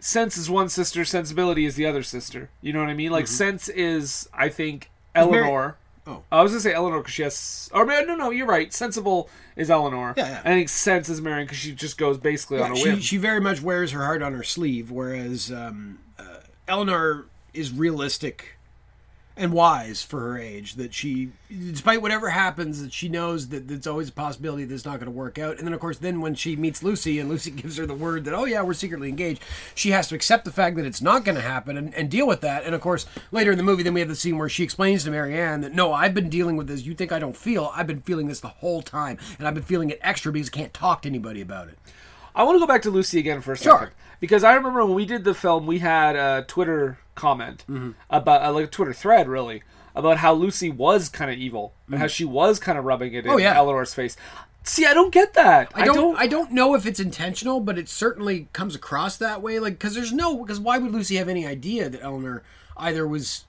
Speaker 2: Sense is one sister, sensibility is the other sister. You know what I mean? Like sense is, I think,
Speaker 1: Mary-
Speaker 2: Eleanor.
Speaker 1: Oh.
Speaker 2: I was gonna say Eleanor because she has, or no, no, no, you're right. Sensible is Eleanor.
Speaker 1: Yeah, yeah.
Speaker 2: I think sense is Marion because she just goes basically on a whim.
Speaker 1: she she very much wears her heart on her sleeve, whereas um, uh, Eleanor is realistic and wise for her age. That she, despite whatever happens, that she knows that it's always a possibility that it's not going to work out. And then, of course, then when she meets Lucy and Lucy (laughs) gives her the word that oh yeah we're secretly engaged, she has to accept the fact that it's not going to happen and, and deal with that. And of course, later in the movie, then we have the scene where she explains to Marianne that no, I've been dealing with this. You think I don't feel? I've been feeling this the whole time, and I've been feeling it extra because I can't talk to anybody about it.
Speaker 2: I want to go back to Lucy again for a
Speaker 1: Sure.
Speaker 2: second because I remember when we did the film, we had a Twitter comment
Speaker 1: Mm-hmm.
Speaker 2: about uh, like a Twitter thread really about how Lucy was kind of evil and how she was kind of rubbing it in
Speaker 1: Mm-hmm. Oh, yeah.
Speaker 2: Eleanor's face. See, I don't get that.
Speaker 1: I don't, I don't know if it's intentional, but it certainly comes across that way. Like, because there's no, because why would Lucy have any idea that Eleanor either was,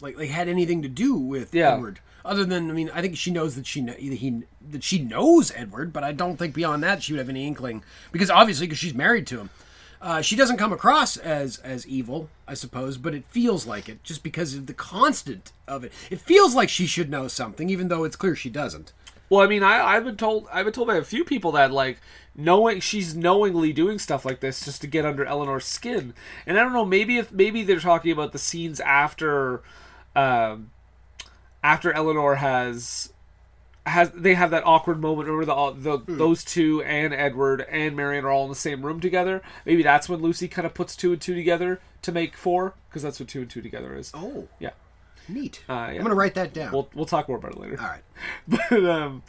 Speaker 1: like, like had anything to do with
Speaker 2: Yeah.
Speaker 1: Edward? Other than, I mean, I think she knows that she kn- either he that she knows Edward, but I don't think beyond that she would have any inkling because obviously because she's married to him. Uh, she doesn't come across as as evil, I suppose, but it feels like it just because of the constant of it. It feels like she should know something, even though it's clear she doesn't.
Speaker 2: Well, I mean, I, I've been told I've been told by a few people that like knowing she's knowingly doing stuff like this just to get under Eleanor's skin, and I don't know. Maybe if maybe they're talking about the scenes after um, after Eleanor has has they have that awkward moment where the, uh, the those two and Edward and Marion are all in the same room together. Maybe that's when Lucy kind of puts two and two together to make four because that's what two and two together is.
Speaker 1: Oh,
Speaker 2: Yeah,
Speaker 1: neat.
Speaker 2: Uh, yeah.
Speaker 1: I'm going to write that down.
Speaker 2: we'll we'll talk more about it later.
Speaker 1: All right.
Speaker 2: but um,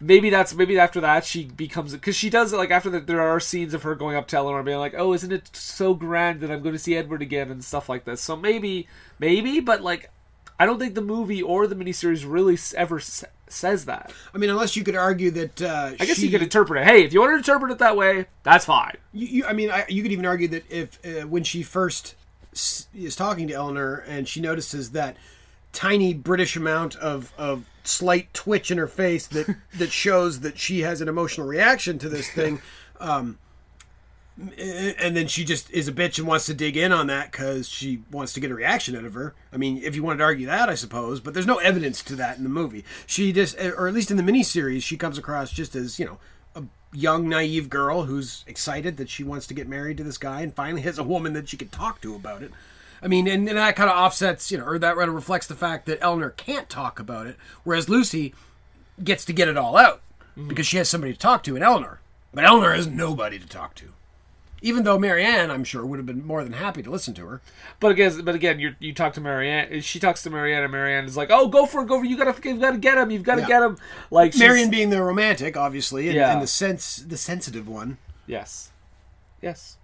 Speaker 2: maybe that's maybe after that she becomes because she does it like after that there are scenes of her going up to Eleanor and being like, "Oh, isn't it so grand that I'm going to see Edward again and stuff like this." So maybe, maybe, but like, I don't think the movie or the miniseries really s- ever s- says that.
Speaker 1: I mean, unless you could argue that uh,
Speaker 2: I guess
Speaker 1: she,
Speaker 2: you could interpret it. Hey, if you want to interpret it that way, that's fine.
Speaker 1: You, you, I mean, I, you could even argue that if uh, when she first s- is talking to Eleanor and she notices that tiny British amount of, of slight twitch in her face that that shows that she has an emotional reaction to this
Speaker 2: (laughs)
Speaker 1: thing, um, a- and then she just is a bitch and wants to dig in on that because she wants to get a reaction out of her. I mean, if you wanted to argue that, I suppose, but there's no evidence to that in the movie. She just, or at least in the miniseries, she comes across just as you know a young naive girl who's excited that she wants to get married to this guy and finally has a woman that she can talk to about it. I mean, and, and that kind of offsets, you know, or that rather reflects the fact that Eleanor can't talk about it, whereas Lucy gets to get it all out because she has somebody to talk to in Eleanor. But Eleanor has nobody to talk to. Even though Marianne, I'm sure, would have been more than happy to listen to her.
Speaker 2: But again, but again, you you talk to Marianne. eh, She talks to Marianne, and Marianne is like, "Oh, go for it, go for it. You gotta, you gotta get him. You've gotta
Speaker 1: Yeah.
Speaker 2: get him." Like she's-
Speaker 1: Marianne being the romantic, obviously, and,
Speaker 2: Yeah.
Speaker 1: and the sense, the sensitive one.
Speaker 2: Yes. Yes.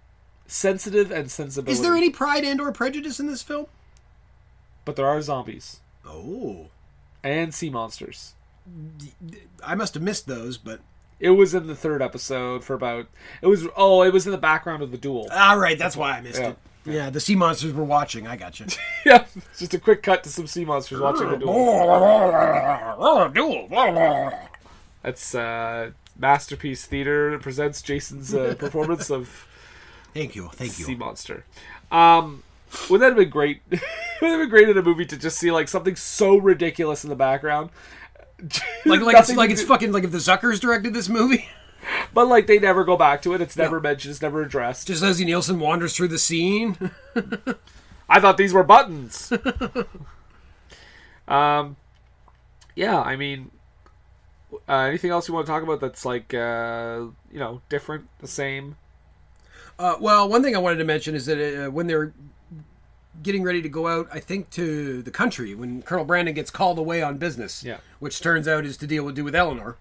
Speaker 2: Sensitive and sensibility.
Speaker 1: Is there any pride and or prejudice in this film?
Speaker 2: But there are zombies
Speaker 1: Oh,
Speaker 2: and sea monsters.
Speaker 1: I must have missed those, but
Speaker 2: It was in the third episode for about. It was oh, it was in the background of the duel.
Speaker 1: All right, that's why I missed
Speaker 2: Yeah.
Speaker 1: it. Yeah, the sea monsters were watching. I got you.
Speaker 2: (laughs)
Speaker 1: (laughs)
Speaker 2: yeah, just a quick cut to some sea monsters watching the duel. That's uh, masterpiece theater presents
Speaker 1: (laughs)
Speaker 2: Jason's uh, performance of
Speaker 1: thank you, thank
Speaker 2: sea
Speaker 1: you.
Speaker 2: monster. Um, wouldn't that have been great? (laughs) wouldn't that have been great in a movie to just see like something so ridiculous in the background? (laughs)
Speaker 1: Like, like, it's,
Speaker 2: Nothing
Speaker 1: like
Speaker 2: to
Speaker 1: it's
Speaker 2: do-
Speaker 1: fucking like if the Zuckers directed this movie. (laughs)
Speaker 2: But like they never go back to it. It's never mentioned. It's never addressed.
Speaker 1: Just Leslie Nielsen wanders through the scene.
Speaker 2: I thought these were (laughs) buttons. um, yeah. I mean, uh, anything else you want to talk about that's like uh, you know different, the same?
Speaker 1: Uh, well, one thing I wanted to mention is that uh, when they're getting ready to go out, I think to the country when Colonel Brandon gets called away on business.
Speaker 2: Yeah.
Speaker 1: which turns out is to deal with do with Eleanor,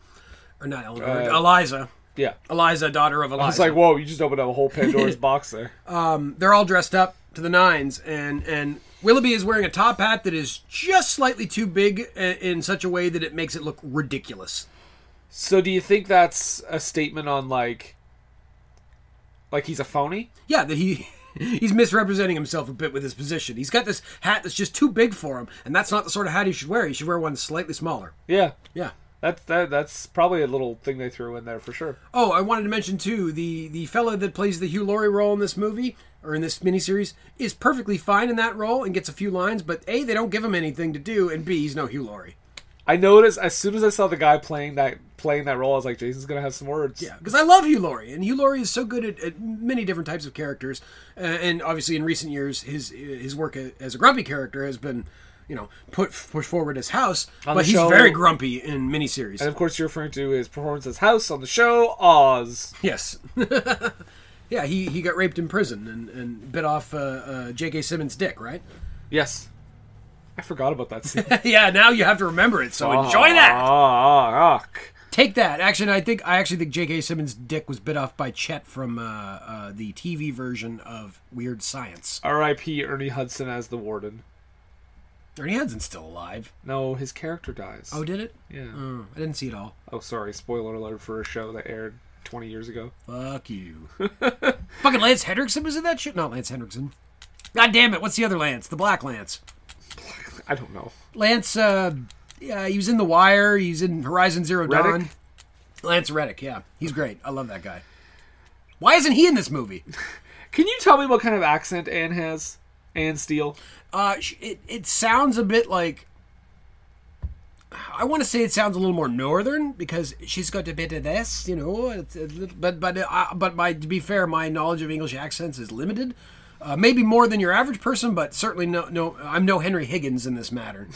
Speaker 1: or not Eleanor,
Speaker 2: Uh,
Speaker 1: Eliza,
Speaker 2: Yeah.
Speaker 1: Eliza, daughter of Eliza.
Speaker 2: It's like whoa! You just opened up a whole (laughs) Pandora's box there.
Speaker 1: they're all dressed up to the nines, and and Willoughby is wearing a top hat that is just slightly too big i- in such a way that it makes it look ridiculous.
Speaker 2: So do you think that's a statement on like, like he's a phony?
Speaker 1: Yeah, that he. (laughs) He's misrepresenting himself a bit with his position. He's got this hat that's just too big for him, and that's not the sort of hat he should wear. He should wear one slightly smaller.
Speaker 2: Yeah.
Speaker 1: Yeah.
Speaker 2: That's that. That's probably a little thing they threw in there for sure.
Speaker 1: Oh, I wanted to mention too the the fella that plays the Hugh Laurie role in this movie or in this miniseries is perfectly fine in that role and gets a few lines, but a they don't give him anything to do, and b he's no Hugh Laurie.
Speaker 2: I noticed as soon as I saw the guy playing that playing that role, I was like, Jason's gonna have some words.
Speaker 1: Yeah, because I love Hugh Laurie, and Hugh Laurie is so good at, at many different types of characters, uh, and obviously in recent years his his work a- as a grumpy character has been, you know, put pushed forward as House,
Speaker 2: the
Speaker 1: but he's
Speaker 2: show-
Speaker 1: very grumpy in miniseries.
Speaker 2: And of course, you're referring to his performance as House on the show Oz.
Speaker 1: yes. (laughs) Yeah, he, he got raped in prison and, and bit off uh, uh, J.K. Simmons' dick, right? (laughs)
Speaker 2: Yes, I forgot about that (laughs) scene.
Speaker 1: yeah, now you have to remember it, so enjoy that.
Speaker 2: Ah, rock.
Speaker 1: Take that. Actually, I think I actually think J.K. Simmons' dick was bit off by Chet from uh, uh, the TV version of Weird Science.
Speaker 2: R.I.P. Ernie Hudson as the warden.
Speaker 1: Ernie Hudson's still alive.
Speaker 2: No, his character dies.
Speaker 1: Oh, did it?
Speaker 2: yeah.
Speaker 1: Oh, I didn't see it all.
Speaker 2: Oh, sorry. Spoiler alert for a show that aired 20 years ago.
Speaker 1: Fuck
Speaker 2: (laughs)
Speaker 1: you. Fucking Lance Hendrickson was in that shit? Not Lance Hendrickson. God damn it. What's the other Lance? The Black Lance.
Speaker 2: I don't know.
Speaker 1: Lance, uh, yeah, he was in The Wire. He's in Horizon Zero Dawn.
Speaker 2: Reddick?
Speaker 1: Lance Reddick, yeah. He's great. I love that guy. Why isn't he in this movie?
Speaker 2: Can you tell me what kind of accent Anne has? Anne Steele.
Speaker 1: Uh, sh- it, it sounds a bit like. I want to say it sounds a little more northern because she's got a bit of this, you know. It's a little, but but uh, but my to be fair, my knowledge of English accents is limited. Uh, maybe more than your average person, but certainly no, no. I'm no Henry Higgins in this matter.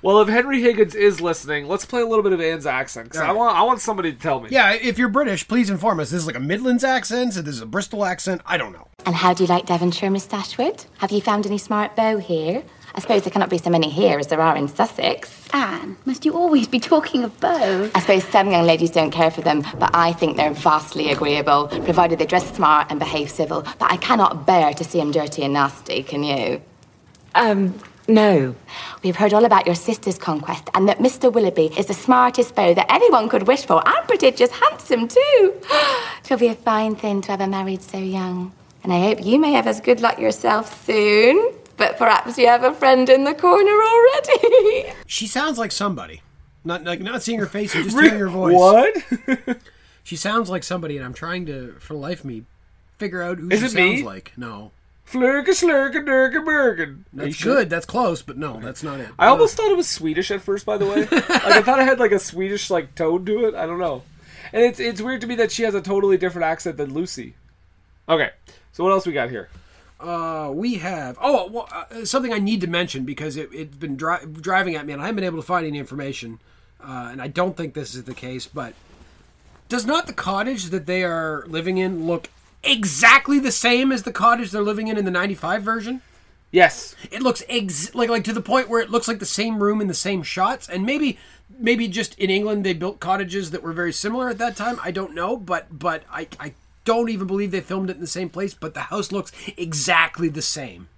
Speaker 2: Well, if Henry Higgins is listening, let's play a little bit of Anne's accent because I
Speaker 1: All right.
Speaker 2: want I want somebody to tell me.
Speaker 1: (laughs) yeah, if you're British, please inform us. This is like a Midlands accent. So this is a Bristol accent. I don't know.
Speaker 3: And how do you like Devonshire, Miss Dashwood? Have you found any smart beau here? I suppose there cannot be so many here as there are in Sussex.
Speaker 4: Anne, must you always be talking of beaux?
Speaker 3: I suppose some young ladies don't care for them, but I think they're vastly agreeable, provided they dress smart and behave civil. But I cannot bear to see 'em dirty and nasty, can you?
Speaker 8: Um, no.
Speaker 3: We've heard all about your sister's conquest and that Mr. Willoughby is the smartest beau that anyone could wish for and prodigious handsome, too. (gasps) 'Twill be a fine thing to have a married so young. And I hope you may have as good luck yourself soon. But perhaps you have a friend in the corner already. (laughs)
Speaker 1: She sounds like somebody. Not like not seeing her face, but just (laughs) hearing her voice.
Speaker 2: What? (laughs)
Speaker 1: She sounds like somebody, and I'm trying to, for the life of me, figure out who
Speaker 2: Is
Speaker 1: she
Speaker 2: it
Speaker 1: sounds
Speaker 2: me?
Speaker 1: like. No,
Speaker 2: Flurka slurka durka bergen.
Speaker 1: that's good. That's close, but no, that's not it.
Speaker 2: I almost thought it was Swedish at first, by the way. like I thought it had like a Swedish like tone to it. I don't know. And it's it's weird to me that she has a totally different accent than Lucy. Okay, so what else we got here?
Speaker 1: Uh, we have oh well, uh, something I need to mention because it, it's been dri- driving at me, and I haven't been able to find any information. Uh, and I don't think this is the case, but does not the cottage that they are living in look exactly the same as the cottage they're living in in the '95 version?
Speaker 2: Yes,
Speaker 1: it looks ex- like like to the point where it looks like the same room in the same shots and maybe maybe just in England they built cottages that were very similar at that time I don't know but but I I don't even believe they filmed it in the same place but the house looks exactly the same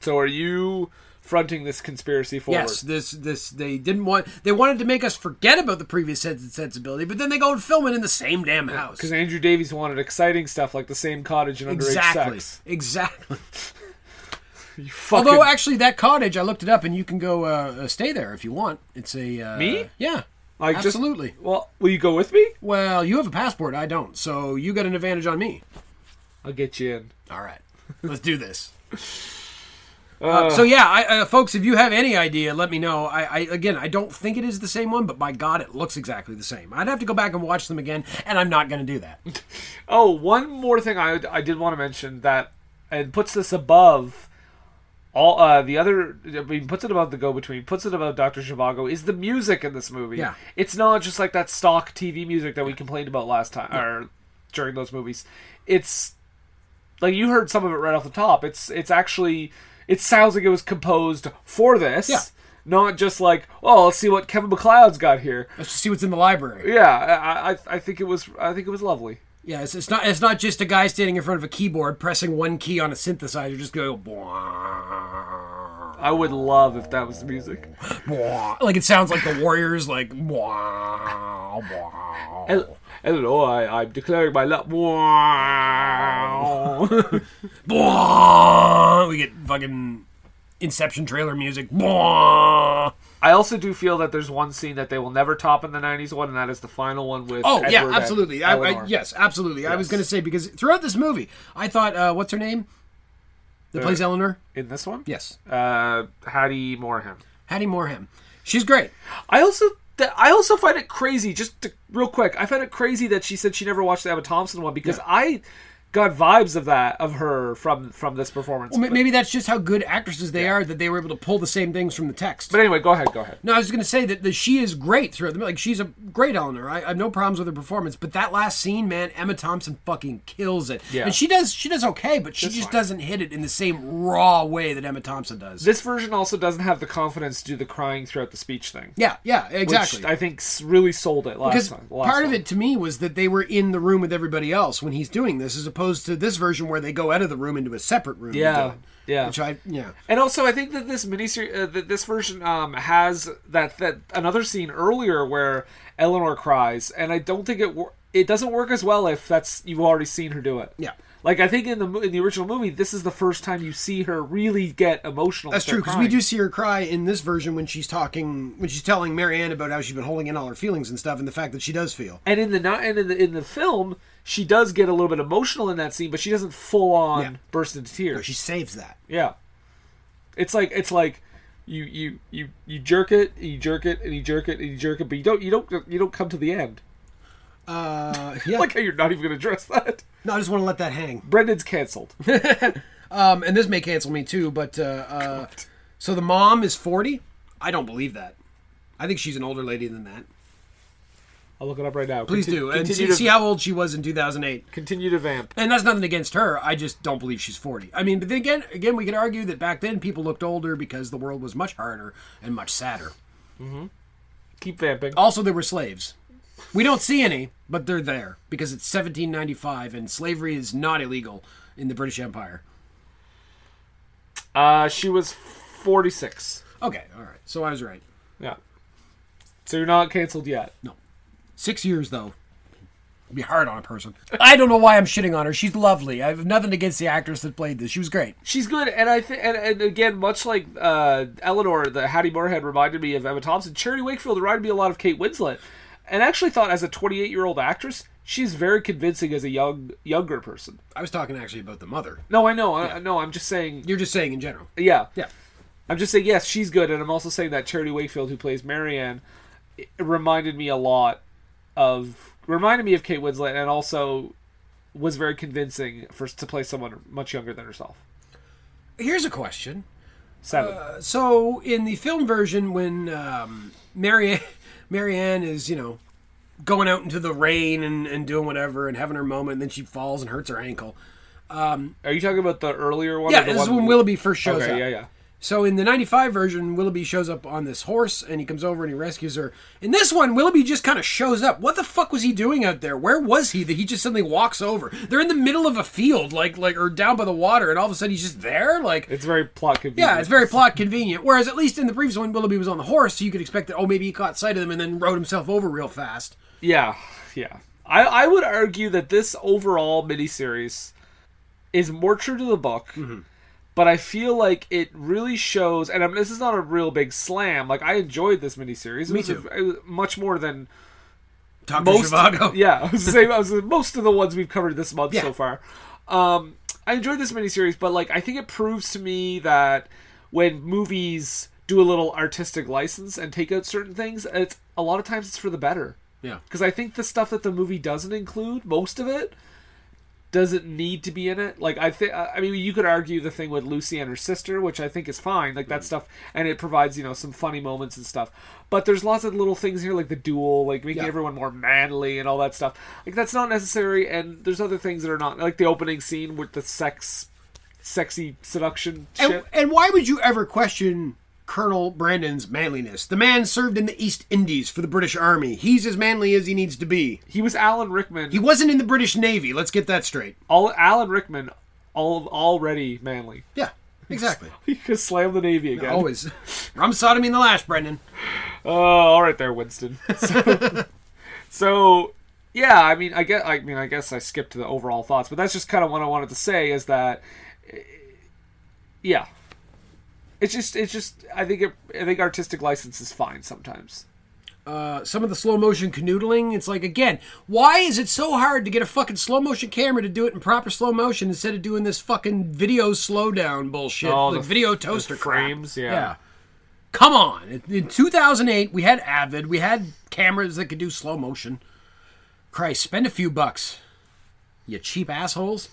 Speaker 2: So are you fronting this conspiracy forward?
Speaker 1: yes this this they didn't want they wanted to make us forget about the previous sense and sensibility but then they go and film it in the same damn house
Speaker 2: Because Andrew Davies wanted exciting stuff like the same cottage and underage
Speaker 1: exactly
Speaker 2: sex.
Speaker 1: exactly
Speaker 2: You (laughs) fucking...
Speaker 1: although actually that cottage I looked it up and you can go uh, uh, stay there if you want it's a uh,
Speaker 2: Me?
Speaker 1: yeah
Speaker 2: like, just-
Speaker 1: absolutely
Speaker 2: well, will you go with me?
Speaker 1: Well, you have a passport, I don't, so you got an advantage on me.
Speaker 2: I'll get you in.
Speaker 1: All right, let's do this. Uh, so yeah, I, uh, folks, if you have any idea, let me know. I, I again, I don't think it is the same one, but by God, it looks exactly the same. I'd have to go back and watch them again, and I'm not going to do that.
Speaker 2: Oh, one more thing I, I did want to mention that and puts this above all uh, the other. I mean, puts it above the go between, puts it above Doctor Zhivago. Is the music in this movie?
Speaker 1: Yeah.
Speaker 2: it's not just like that stock TV music that we complained about last time or during those movies. It's like you heard some of it right off the top. It's it's actually it sounds like it was composed for this.
Speaker 1: Yeah.
Speaker 2: Not just like, oh, let's see what Kevin McLeod's got here.
Speaker 1: Let's just see what's in the
Speaker 2: (laughs)
Speaker 1: library.
Speaker 2: Yeah, I, I, I think it was, I think it was lovely.
Speaker 1: Yeah, it's, it's not it's not just a guy standing in front of a keyboard pressing one key on a synthesizer, just go
Speaker 2: I would love if that was the music.
Speaker 1: like it sounds like the Warriors, like bwah, bwah.
Speaker 2: Hel- Hello, oh, I, I'm declaring my love. Wow.
Speaker 1: Bwah! (laughs) We get fucking Inception trailer music. Bwah!
Speaker 2: I also do feel that there's one scene that they will never top in the '90s one, and that is the final one with.
Speaker 1: Oh yeah,
Speaker 2: Edward and
Speaker 1: absolutely. I, I,
Speaker 2: Eleanor.
Speaker 1: yes, absolutely. I was gonna say because throughout this movie, I thought, uh, what's her name? That plays Eleanor.
Speaker 2: In this one,
Speaker 1: Yes,
Speaker 2: Uh, Hattie Morahan.
Speaker 1: Hattie Moreham. She's great.
Speaker 2: I also. th- I also find it crazy, just to, real quick. I find it crazy that she said she never watched the Emma Thompson one because I got vibes of that of her from from this performance.
Speaker 1: Well, ma-
Speaker 2: but,
Speaker 1: maybe that's just how good actresses they are that they were able to pull the same things from the text.
Speaker 2: but anyway, go ahead, go ahead.
Speaker 1: no, I was going to say that, that she is great throughout the movie. Like she's a great Eleanor. I, I have no problems with her performance, but that last scene, man, Emma Thompson fucking kills it.
Speaker 2: Yeah.
Speaker 1: And she does she does okay, but she just doesn't hit it in the same raw way that Emma Thompson does.
Speaker 2: This version also doesn't have the confidence to do the crying throughout the speech thing.
Speaker 1: yeah, yeah, exactly.
Speaker 2: Which I think s- really sold it last
Speaker 1: because
Speaker 2: time. last
Speaker 1: part of
Speaker 2: time.
Speaker 1: it to me was that they were in the room with everybody else when he's doing this, as opposed to this version where they go out of the room into a separate room. to
Speaker 2: Yeah,
Speaker 1: do it.
Speaker 2: yeah.
Speaker 1: Which I yeah.
Speaker 2: and also I think that this miniseries, uh, that this version um, has that that another scene earlier where Eleanor cries, and I don't think it wor- it doesn't work as well if that's you've already seen her do it.
Speaker 1: Yeah.
Speaker 2: Like I think in the mo- in the original movie, this is the first time you see her really get emotional.
Speaker 1: That's
Speaker 2: and
Speaker 1: true
Speaker 2: start
Speaker 1: because we
Speaker 2: crying.
Speaker 1: do see her cry in this version when she's talking, when she's telling Marianne about how she's been holding in all her feelings and stuff, and the fact that she does feel.
Speaker 2: And in the not and in the in the film, she does get a little bit emotional in that scene, but she doesn't full on
Speaker 1: Yeah.
Speaker 2: burst into tears.
Speaker 1: She saves that.
Speaker 2: Yeah. It's like it's like you you you you jerk it, and you jerk it, and you jerk it, and you jerk it, but you don't you don't you don't come to the end.
Speaker 1: Uh, yeah.
Speaker 2: (laughs) I like how you're not even gonna address that.
Speaker 1: no, I just want to let that hang.
Speaker 2: Brendan's cancelled.
Speaker 1: Um, and this may cancel me too, but uh, uh, so the mom is 40? I don't believe that. I think she's an older lady than that.
Speaker 2: (laughs) I'll look it up right now.
Speaker 1: Please
Speaker 2: Conti-
Speaker 1: do. And see,
Speaker 2: continue to,
Speaker 1: see how old she was in 2008.
Speaker 2: continue to vamp.
Speaker 1: And that's nothing against her. I just don't believe she's 40. I mean, but then again, again, we could argue that back then people looked older because the world was much harder and much sadder.
Speaker 2: Keep vamping.
Speaker 1: Also, there were slaves. We don't see any, but they're there because it's 1795 and slavery is not illegal in the British Empire.
Speaker 2: Uh, she was 46.
Speaker 1: Okay, all right. So I was right.
Speaker 2: Yeah. So you're not canceled yet.
Speaker 1: Six years though. It'd Be hard on a person. (laughs) I don't know why I'm shitting on her. She's lovely. I have nothing against the actress that played this. She was great.
Speaker 2: She's good, and I think, and, and again, much like uh, Eleanor, the Hattie Moorhead reminded me of Emma Thompson. Charity Wakefield reminded me a lot of Kate Winslet, and I actually thought as a 28 year old actress, she's very convincing as a young younger person.
Speaker 1: I was talking actually about the mother.
Speaker 2: No, I know, I, no, I'm just saying,
Speaker 1: You're just saying in general.
Speaker 2: yeah,
Speaker 1: Yeah.
Speaker 2: I'm just saying, yes, she's good, and I'm also saying that Charity Wakefield, who plays Marianne, it reminded me a lot of reminded me of Kate Winslet, and also was very convincing for to play someone much younger than herself.
Speaker 1: Here's a question.
Speaker 2: Seven.
Speaker 1: So in the film version, when um, (laughs) Mary Marianne is you know going out into the rain and, and doing whatever and having her moment, and then she falls and hurts her ankle.
Speaker 2: Are you talking about the earlier one? or
Speaker 1: Yeah,
Speaker 2: the
Speaker 1: this is
Speaker 2: one-
Speaker 1: when Willoughby first shows
Speaker 2: Okay,
Speaker 1: up.
Speaker 2: yeah, yeah.
Speaker 1: So in the 95 version, Willoughby shows up on this horse and he comes over and he rescues her. In this one, Willoughby just kind of shows up. What the fuck was he doing out there? Where was he that he just suddenly walks over? They're in the middle of a field, like like or down by the water, and all of a sudden he's just there? Like
Speaker 2: It's very plot convenient.
Speaker 1: yeah, it's very plot convenient. Whereas at least in the previous one, Willoughby was on the horse, so you could expect that oh maybe he caught sight of them and then rode himself over real fast.
Speaker 2: Yeah, yeah. I, I would argue that this overall miniseries is more true to the book,
Speaker 1: Mm-hmm.
Speaker 2: but I feel like it really shows. And I mean, this is not a real big slam. Like I enjoyed this miniseries. It
Speaker 1: Me
Speaker 2: was a-
Speaker 1: too.
Speaker 2: it was much more than
Speaker 1: Doctor
Speaker 2: most. (laughs)
Speaker 1: Zhivago.
Speaker 2: Yeah, I was the same. I was the- most of the ones we've covered this month
Speaker 1: Yeah.
Speaker 2: so far. Um, I enjoyed this miniseries, but like I think it proves to me that when movies do a little artistic license and take out certain things, it's a lot of times it's for the better.
Speaker 1: Yeah.
Speaker 2: Because I think the stuff that the movie doesn't include, most of it, doesn't need to be in it. Like I think, I mean, you could argue the thing with Lucy and her sister, which I think is fine. Like that stuff, and it provides you know some funny moments and stuff. But there's lots of little things here, like the duel, like making
Speaker 1: Yeah.
Speaker 2: everyone more manly and all that stuff. Like that's not necessary, and there's other things that are not, like the opening scene with the sex, sexy seduction shit.
Speaker 1: And, and why would you ever question Colonel Brandon's manliness? The man served in the East Indies for the British Army. He's as manly as he needs to be.
Speaker 2: he was Alan Rickman.
Speaker 1: He wasn't in the British Navy. Let's get that straight.
Speaker 2: all Alan Rickman, all already manly. (laughs)
Speaker 1: Yeah, exactly.
Speaker 2: He could slam the navy again.
Speaker 1: Always. Rum sodomy in the lash, Brendan.
Speaker 2: Oh, all right there, Winston. (laughs) So, so, yeah, I mean, I guess, I mean, I guess I skipped the overall thoughts, but that's just kind of what I wanted to say is that, eh, yeah, it's just, it's just, I think, it, I think artistic license is fine sometimes.
Speaker 1: Uh, some of the slow motion canoodling, it's like, again, why is it so hard to get a fucking slow motion camera to do it in proper slow motion instead of doing this fucking video slowdown bullshit?
Speaker 2: Oh,
Speaker 1: like
Speaker 2: the-
Speaker 1: video toaster crap.
Speaker 2: frames, yeah.
Speaker 1: Come on. In- In 2008, we had Avid, we had cameras that could do slow motion. Christ, spend a few bucks. You cheap assholes.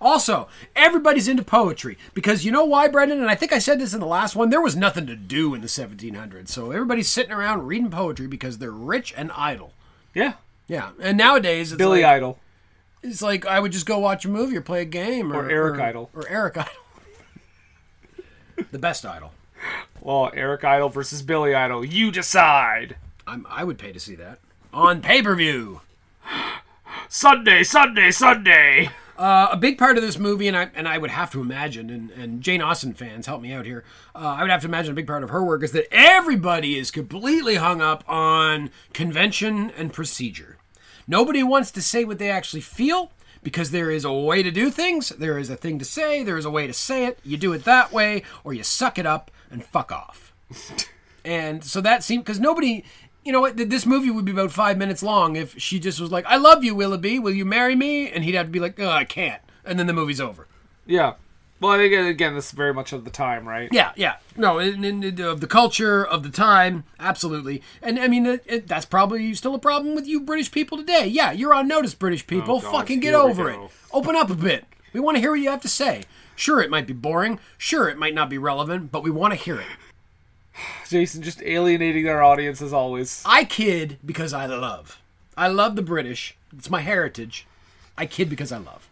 Speaker 1: Also, everybody's into poetry because you know why, Brendan? And I think I said this in the last one. There was nothing to do in the 1700s, so everybody's sitting around reading poetry because they're rich and idle.
Speaker 2: Yeah,
Speaker 1: Yeah, and nowadays it's
Speaker 2: Billy
Speaker 1: like,
Speaker 2: Idol.
Speaker 1: It's like I would just go watch a movie or play a game or,
Speaker 2: Or Eric Idle.
Speaker 1: or Eric Idle, (laughs) the best Idle.
Speaker 2: Well, Eric Idol versus Billy Idol. You decide.
Speaker 1: I'm, I would pay to see that on pay per view.
Speaker 2: Sunday, Sunday, Sunday.
Speaker 1: a big part of this movie, and I and I would have to imagine, and, and Jane Austen fans help me out here. Uh, I would have to imagine a big part of her work is that everybody is completely hung up on convention and procedure. Nobody wants to say what they actually feel because there is a way to do things. There is a thing to say. There is a way to say it. You do it that way, or you suck it up and fuck off. and so that seemed because nobody. You know what? th- This movie would be about five minutes long if she just was like, "I love you, Willoughby. Will you marry me?" And he'd have to be like, "Oh, I can't." And then the movie's over.
Speaker 2: Yeah. Well, I think again, this is very much of the time, right?
Speaker 1: Yeah, yeah. No, in, in, in- uh, of the culture of the time, absolutely. And I mean, it, it- that's probably still a problem with you British people today. Yeah, you're on notice, British people.
Speaker 2: God,
Speaker 1: Fucking get
Speaker 2: Oh, here we
Speaker 1: over it.
Speaker 2: go.
Speaker 1: Open up a bit. We want to hear what you have to say. Sure, it might be boring. Sure, it might not be relevant, but we want to hear it.
Speaker 2: Jason just alienating our audience as always.
Speaker 1: I kid because I love. I love the British. It's my heritage. I kid because I love.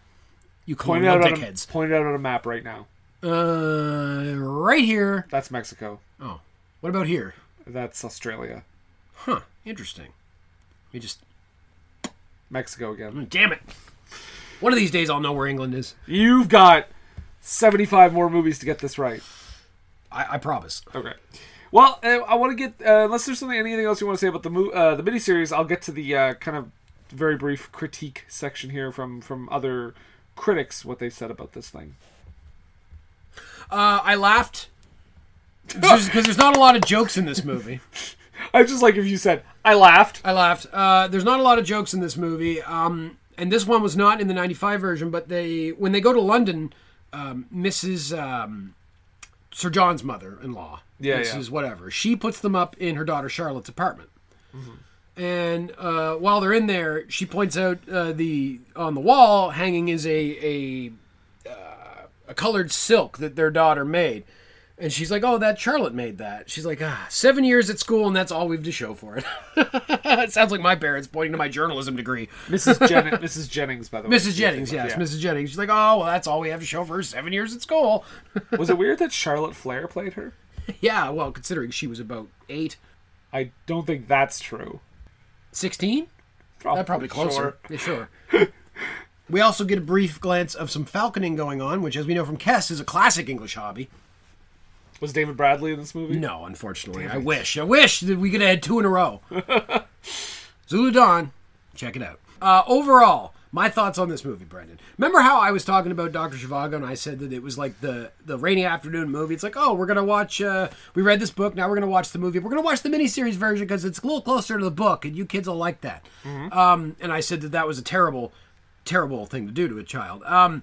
Speaker 1: You
Speaker 2: Point it
Speaker 1: colonial
Speaker 2: out on a,
Speaker 1: dickheads.
Speaker 2: point it out on a map right now.
Speaker 1: Uh, right here.
Speaker 2: That's Mexico.
Speaker 1: Oh, what about here?
Speaker 2: That's Australia.
Speaker 1: Huh? Interesting. We just
Speaker 2: Mexico again.
Speaker 1: damn it. One of these days, I'll know where England is.
Speaker 2: You've got 75 more movies to get this right.
Speaker 1: I, I promise. Uh,
Speaker 2: Okay. Well, uh, I want to get uh, unless there's something anything else you want to say about the mo- uh, the miniseries. I'll get to the uh, kind of very brief critique section here from from other critics what they've said about this thing.
Speaker 1: Uh, I
Speaker 2: (laughs)
Speaker 1: laughed because there's not a lot of jokes in this movie.
Speaker 2: I just like if you said I laughed.
Speaker 1: I laughed. Uh, there's not a lot of jokes in this movie, um, and this one was not in the '95 version. But they, when they go to London, um, Mrs. Um, Sir John's mother-in-law,
Speaker 2: Yeah, yeah.
Speaker 1: Mrs. Whatever, she puts them up in her daughter Charlotte's apartment.
Speaker 2: Mm-hmm.
Speaker 1: And uh, while they're in there, she points out uh, the on the wall hanging is a a, uh, a colored silk that their daughter made. And she's like, "Oh, that Charlotte made that." She's like, "Ah, seven years at school, and that's all we've to show for it." (laughs) it sounds like my parents pointing to my journalism degree. (laughs)
Speaker 2: Mrs. Jen- Mrs. Jennings, by the way.
Speaker 1: Mrs. Jennings, yes, Mrs. Jennings. She's like, "Oh, well, that's all we have to show for her seven years at school."
Speaker 2: Was it weird that Charlotte Flair played her?
Speaker 1: yeah, well, considering she was about eight,
Speaker 2: I don't think that's true.
Speaker 1: sixteen.
Speaker 2: Probably,
Speaker 1: That probably closer.
Speaker 2: sure.
Speaker 1: Yeah, Sure. (laughs) we also get a brief glance of some falconing going on, which, as we know from Kess, is a classic English hobby.
Speaker 2: Was David Bradley in this movie?
Speaker 1: No, unfortunately, I wish. I wish that we could have had two in a row. Zulu Dawn, check it out. Uh, overall, my thoughts on this movie, Brendan. Remember how I was talking about Doctor Zhivago, and I said that it was like the the rainy afternoon movie. It's like, oh, we're gonna watch. Uh, we read this book, now we're gonna watch the movie. We're gonna watch the miniseries version because it's a little closer to the book, and you kids will like that. Um, and I said that that was a terrible, terrible thing to do to a child. Um,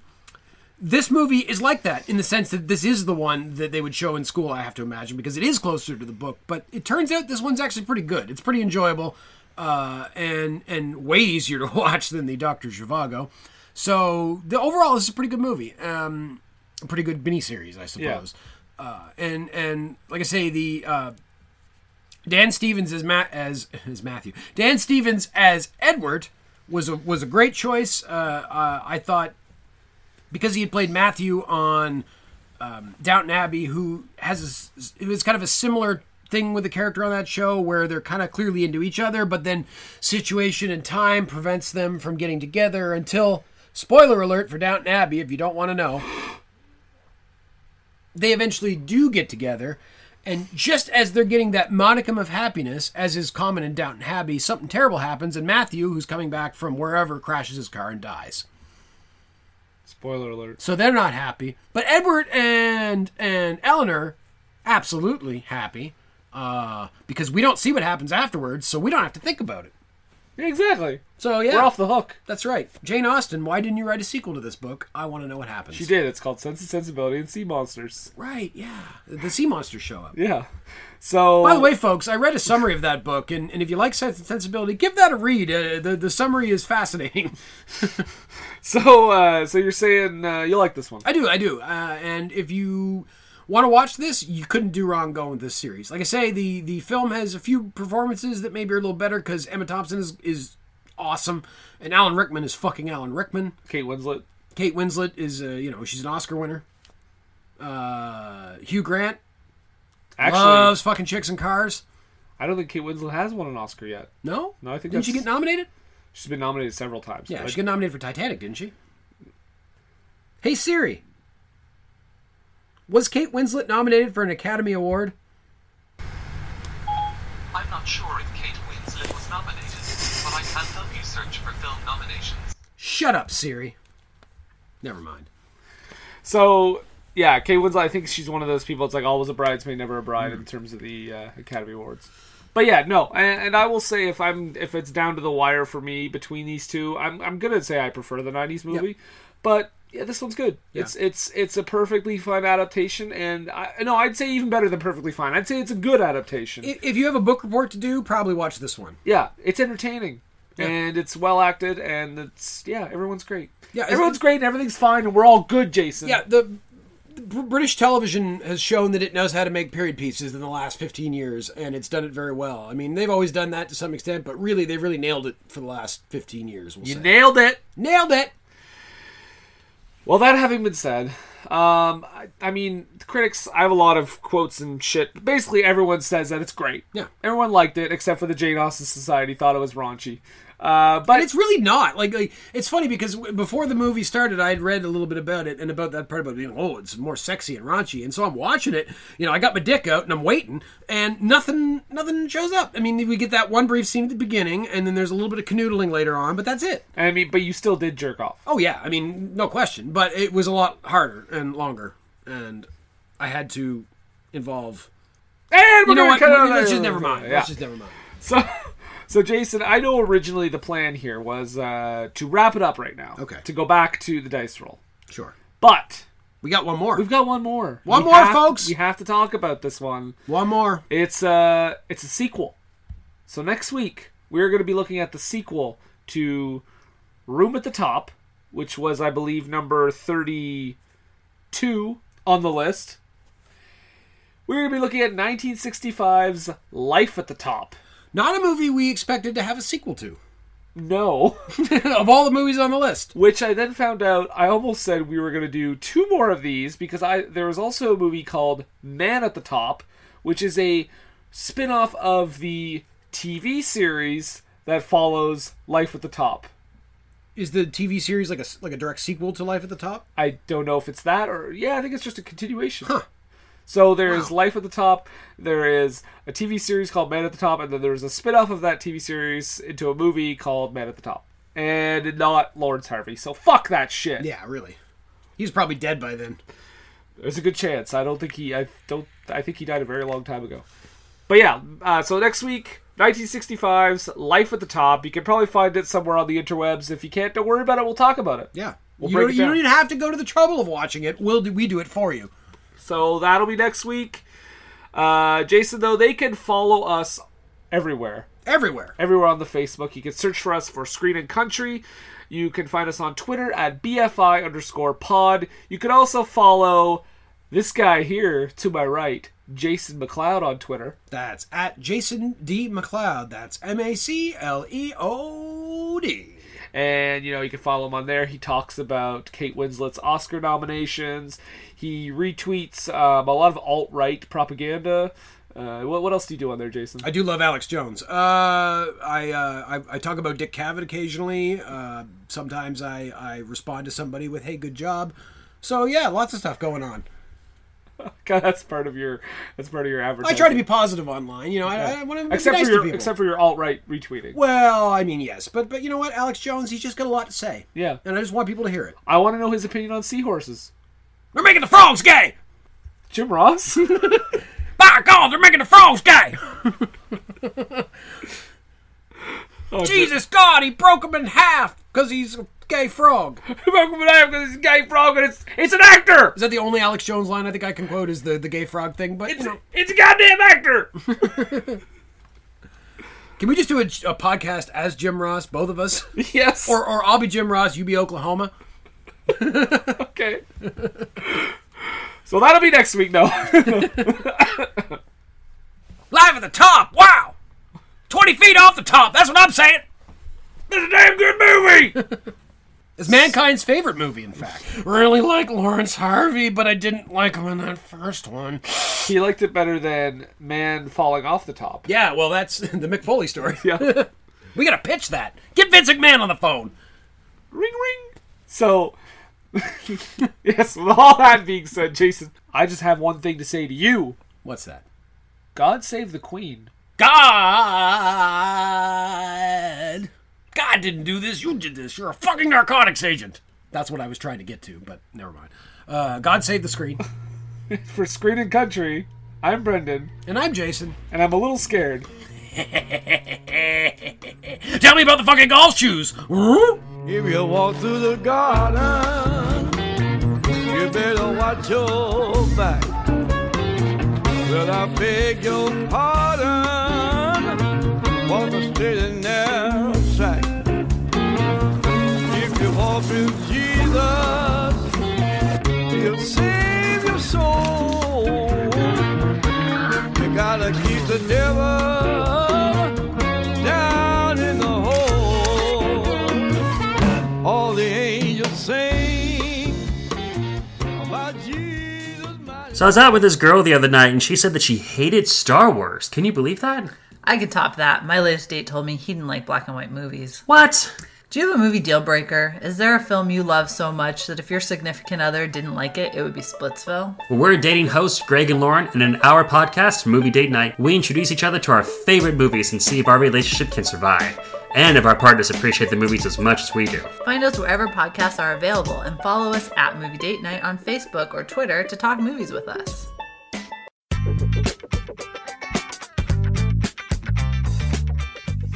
Speaker 1: this movie is like that in the sense that this is the one that they would show in school, I have to imagine, because it is closer to the book. But it turns out this one's actually pretty good. It's pretty enjoyable, uh, and and way easier (laughs) to watch than the Doctor Zhivago. So the overall, this is a pretty good movie, um, a pretty good miniseries, I suppose. Uh, and and like I say, the uh, Dan Stevens as Matt as (laughs) as Matthew. Dan Stevens as Edward was a was a great choice. Uh, uh, I thought because he had played Matthew on um, Downton Abbey, who has a s who is kind of a similar thing with the character on that show, where they're kind of clearly into each other, but then situation and time prevents them from getting together until spoiler alert for Downton Abbey, if you don't want to know, they eventually do get together. And just as they're getting that modicum of happiness, as is common in Downton Abbey, something terrible happens, and Matthew, who's coming back from wherever, crashes his car and dies.
Speaker 2: Spoiler alert.
Speaker 1: So they're not happy. But Edward and and Eleanor, absolutely happy, uh, because we don't see what happens afterwards, so we don't have to think about it.
Speaker 2: Yeah, exactly.
Speaker 1: So yeah,
Speaker 2: We're off the hook.
Speaker 1: that's right. Jane Austen, why didn't you write a sequel to this book? I want to know what happens.
Speaker 2: She did. It's called Sense and Sensibility and Sea Monsters.
Speaker 1: Right? Yeah. The sea monsters show up.
Speaker 2: Yeah. So
Speaker 1: By the way, folks, I read a summary of that book, and, and if you like Sense and Sensibility, give that a read. Uh, the, the summary is fascinating. (laughs)
Speaker 2: So, uh, so you're saying uh, you like this one?
Speaker 1: I do, I do. Uh, and if you want to watch this, you couldn't do wrong going with this series. Like I say, the the film has a few performances that maybe are a little better because Emma Thompson is is awesome, and Alan Rickman is fucking Alan Rickman.
Speaker 2: Kate Winslet.
Speaker 1: Kate Winslet is, uh, you know, she's an Oscar winner. Uh, Hugh Grant
Speaker 2: Actually,
Speaker 1: loves fucking chicks and cars.
Speaker 2: I don't think Kate Winslet has won an Oscar yet.
Speaker 1: No,
Speaker 2: No, I think
Speaker 1: didn't she
Speaker 2: that's-
Speaker 1: get nominated?
Speaker 2: She's been nominated several times.
Speaker 1: Yeah,
Speaker 2: Like,
Speaker 1: she got nominated for Titanic, didn't she? Hey Siri, was Kate Winslet nominated for an Academy Award?
Speaker 9: I'm not sure if Kate Winslet was nominated, but I can help you search for film nominations.
Speaker 1: Shut up, Siri. Never mind.
Speaker 2: So, yeah, Kate Winslet. I think she's one of those people. It's like always a bridesmaid, never a bride in terms of the uh, Academy Awards. But yeah, no, and, and I will say if I'm if it's down to the wire for me between these two, I'm I'm gonna say I prefer the '90s movie, but. Yeah, this one's good. It's it's it's a perfectly fine adaptation, and I no, I'd say even better than perfectly fine. I'd say it's a good adaptation.
Speaker 1: If if you have a book report to do, probably watch this one.
Speaker 2: yeah, it's entertaining. and it's well acted, and it's yeah, everyone's great.
Speaker 1: Yeah, it's-
Speaker 2: everyone's great, and everything's fine, and we're all good, Jason.
Speaker 1: Yeah, the, the Br- British television has shown that it knows how to make period pieces in the last 15 years, and it's done it very well. I mean, they've always done that to some extent, but really, they really nailed it for the last 15 years. We'll
Speaker 2: you
Speaker 1: say.
Speaker 2: nailed it.
Speaker 1: nailed it.
Speaker 2: Well, that having been said, um, I, I mean, the critics, I have a lot of quotes and shit. but Basically, everyone says that it's great.
Speaker 1: Yeah.
Speaker 2: Everyone liked it, except for the Jane Austen Society thought it was raunchy. Uh, but
Speaker 1: And it's really not like, like it's funny because w- before the movie started, I had read a little bit about it and about that part about being oh, it's more sexy and raunchy, and so I'm watching it. You know, I got my dick out and I'm waiting, and nothing, nothing shows up. I mean, we get that one brief scene at the beginning, and then there's a little bit of canoodling later on, but that's it.
Speaker 2: I mean, but you still did jerk off.
Speaker 1: Oh yeah, I mean, no question. But it was a lot harder and longer, and I had to involve.
Speaker 2: And we're
Speaker 1: You know
Speaker 2: gonna
Speaker 1: what?
Speaker 2: cut out-
Speaker 1: Let's just never mind.
Speaker 2: Yeah.
Speaker 1: Let's just never mind.
Speaker 2: So, (laughs) so Jason, I know originally the plan here was uh, to wrap it up right now.
Speaker 1: Okay.
Speaker 2: To go back to the dice roll,
Speaker 1: Sure,
Speaker 2: but
Speaker 1: we got one more.
Speaker 2: we've got one more.
Speaker 1: One
Speaker 2: We
Speaker 1: more,
Speaker 2: have-
Speaker 1: folks!
Speaker 2: We have to talk about this one.
Speaker 1: one more.
Speaker 2: It's uh it's a sequel. So next week we're going to be looking at the sequel to Room at the Top, which was I believe number 32 on the list. We're going to be looking at 1965's Life at the Top.
Speaker 1: Not a movie we expected to have a sequel to.
Speaker 2: No, (laughs)
Speaker 1: (laughs) of all the movies on the list,
Speaker 2: which I then found out I almost said we were going to do two more of these because I there was also a movie called Man at the Top, which is a spin-off of the TV series that follows Life at the Top.
Speaker 1: is the TV series like a s- like a direct sequel to Life at the Top?
Speaker 2: I don't know if it's that or yeah, I think it's just a continuation. So there's Life at the Top, there is a TV series called Man at the Top, and then there's a spin-off of that TV series into a movie called Man at the Top. And not Lawrence Harvey. So fuck that shit.
Speaker 1: Yeah, really. He's probably dead by then.
Speaker 2: There's a good chance. I don't think he. I don't. I think he died a very long time ago. But yeah. Uh, so next week, 1965's Life at the Top. You can probably find it somewhere on the interwebs. If you can't, don't worry about it. We'll talk about it.
Speaker 1: Yeah.
Speaker 2: We'll
Speaker 1: you
Speaker 2: break
Speaker 1: don't,
Speaker 2: it
Speaker 1: you
Speaker 2: down.
Speaker 1: don't even have to go to the trouble of watching it. We'll do, we do it for you.
Speaker 2: So that'll be next week. Uh, Jason, though, they can follow us everywhere.
Speaker 1: Everywhere.
Speaker 2: everywhere on the Facebook. You can search for us for Screen and Country. You can find us on Twitter at BFI underscore pod. You can also follow this guy here to my right, Jason McLeod on Twitter.
Speaker 1: That's at Jason D. McLeod. That's M A C L E O D.
Speaker 2: And you know, you can follow him on there. He talks about Kate Winslet's Oscar nominations. He retweets um, a lot of alt right propaganda. Uh, what, what else do you do on there, Jason?
Speaker 1: I do love Alex Jones. Uh, I, uh, I I talk about Dick Cavett occasionally. Uh, sometimes I, I respond to somebody with "Hey, good job." So yeah, lots of stuff going on.
Speaker 2: God, (laughs) that's part of your that's part of your
Speaker 1: I
Speaker 2: advertising.
Speaker 1: try to be positive online. You know, I, I want to be
Speaker 2: except
Speaker 1: nice
Speaker 2: for your
Speaker 1: to people.
Speaker 2: except for your alt right retweeting.
Speaker 1: well, I mean, yes, but but you know what, Alex Jones, he's just got a lot to say.
Speaker 2: Yeah.
Speaker 1: and I just want people to hear it.
Speaker 2: I want to know his opinion on seahorses.
Speaker 1: They're making the frogs gay.
Speaker 2: Jim
Speaker 1: (laughs)
Speaker 2: Ross?
Speaker 1: By God, they're making the frogs gay.
Speaker 2: (laughs) Oh,
Speaker 1: Jesus God, he broke him in half because he's a gay frog.
Speaker 2: Malcolm and I because it's gay frog and it's it's an actor.
Speaker 1: Is that the only Alex Jones line I think I can quote is the, the gay frog thing? But you know,
Speaker 2: It's a goddamn
Speaker 1: (laughs)
Speaker 2: actor.
Speaker 1: can we just do a, a podcast as Jim Ross, both of us,
Speaker 2: yes.
Speaker 1: or or I'll be Jim Ross, you be Oklahoma?
Speaker 2: okay. (laughs) so that'll be next week, though. (laughs)
Speaker 1: Live at the top, wow, twenty feet off the top. That's what I'm saying.
Speaker 2: it's a damn good movie.
Speaker 1: It's mankind's favorite movie, in fact. Really like Lawrence Harvey, but I didn't like him in that first one.
Speaker 2: he liked it better than Man Falling Off the Top.
Speaker 1: Yeah, well, that's (laughs) the McFoley story.
Speaker 2: Yeah. ring
Speaker 1: We gotta pitch that. Get Vince McMahon on the phone.
Speaker 2: ring. So. (laughs) yes, with all that being said, Jason, I just have one thing to say to you.
Speaker 1: What's that?
Speaker 2: God save the Queen.
Speaker 1: God. God didn't do this. You did this. You're a fucking narcotics agent. That's what I was trying to get to, but never mind. Uh, God save the screen.
Speaker 2: For Screen and Country, I'm Brendan,
Speaker 1: And I'm Jason. (laughs)
Speaker 2: and I'm a little scared.
Speaker 1: Tell me about the fucking golf shoes. Huh?
Speaker 10: If you walk through the garden, you better watch your back. Well, I beg your pardon for the straight and narrow track.
Speaker 2: Jesus, He'll save your soul. You gotta keep the devil down in the hole. All the angels sing about Jesus.
Speaker 11: So I was out with this girl the other night, and she said that she hated Star Wars. Can you believe that?
Speaker 8: I could top that. My latest date told me he didn't like black and white movies.
Speaker 11: What?
Speaker 8: Do you have a movie deal breaker? Is there a film you love so much that if your significant other didn't like it, it would be Splitsville?
Speaker 11: Well, we're dating hosts Greg and Lauren, and in an hour podcast, Movie Date Night, we introduce each other to our favorite movies and see if our relationship can survive, and if our partners appreciate the movies as much as we do.
Speaker 8: Find us wherever podcasts are available and follow us at Movie Date Night on Facebook or Twitter to talk movies with us.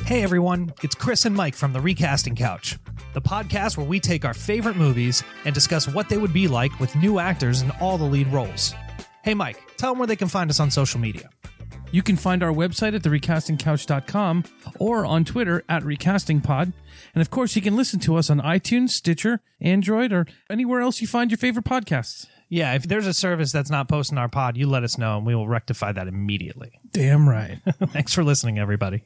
Speaker 1: Hey everyone, it's Chris and Mike from the Recasting Couch, the podcast where we take our favorite movies and discuss what they would be like with new actors in all the lead roles.
Speaker 12: Hey, Mike, tell them where they can find us on social media. You can find our website at therecastingcouch.com or on Twitter at recastingpod. And of course, you can listen to us on iTunes, Stitcher, Android, or anywhere else you find your favorite podcasts.
Speaker 1: Yeah, if there's a service that's not posting our pod, you let us know and we will rectify that immediately.
Speaker 12: Damn right.
Speaker 1: Thanks for listening, everybody.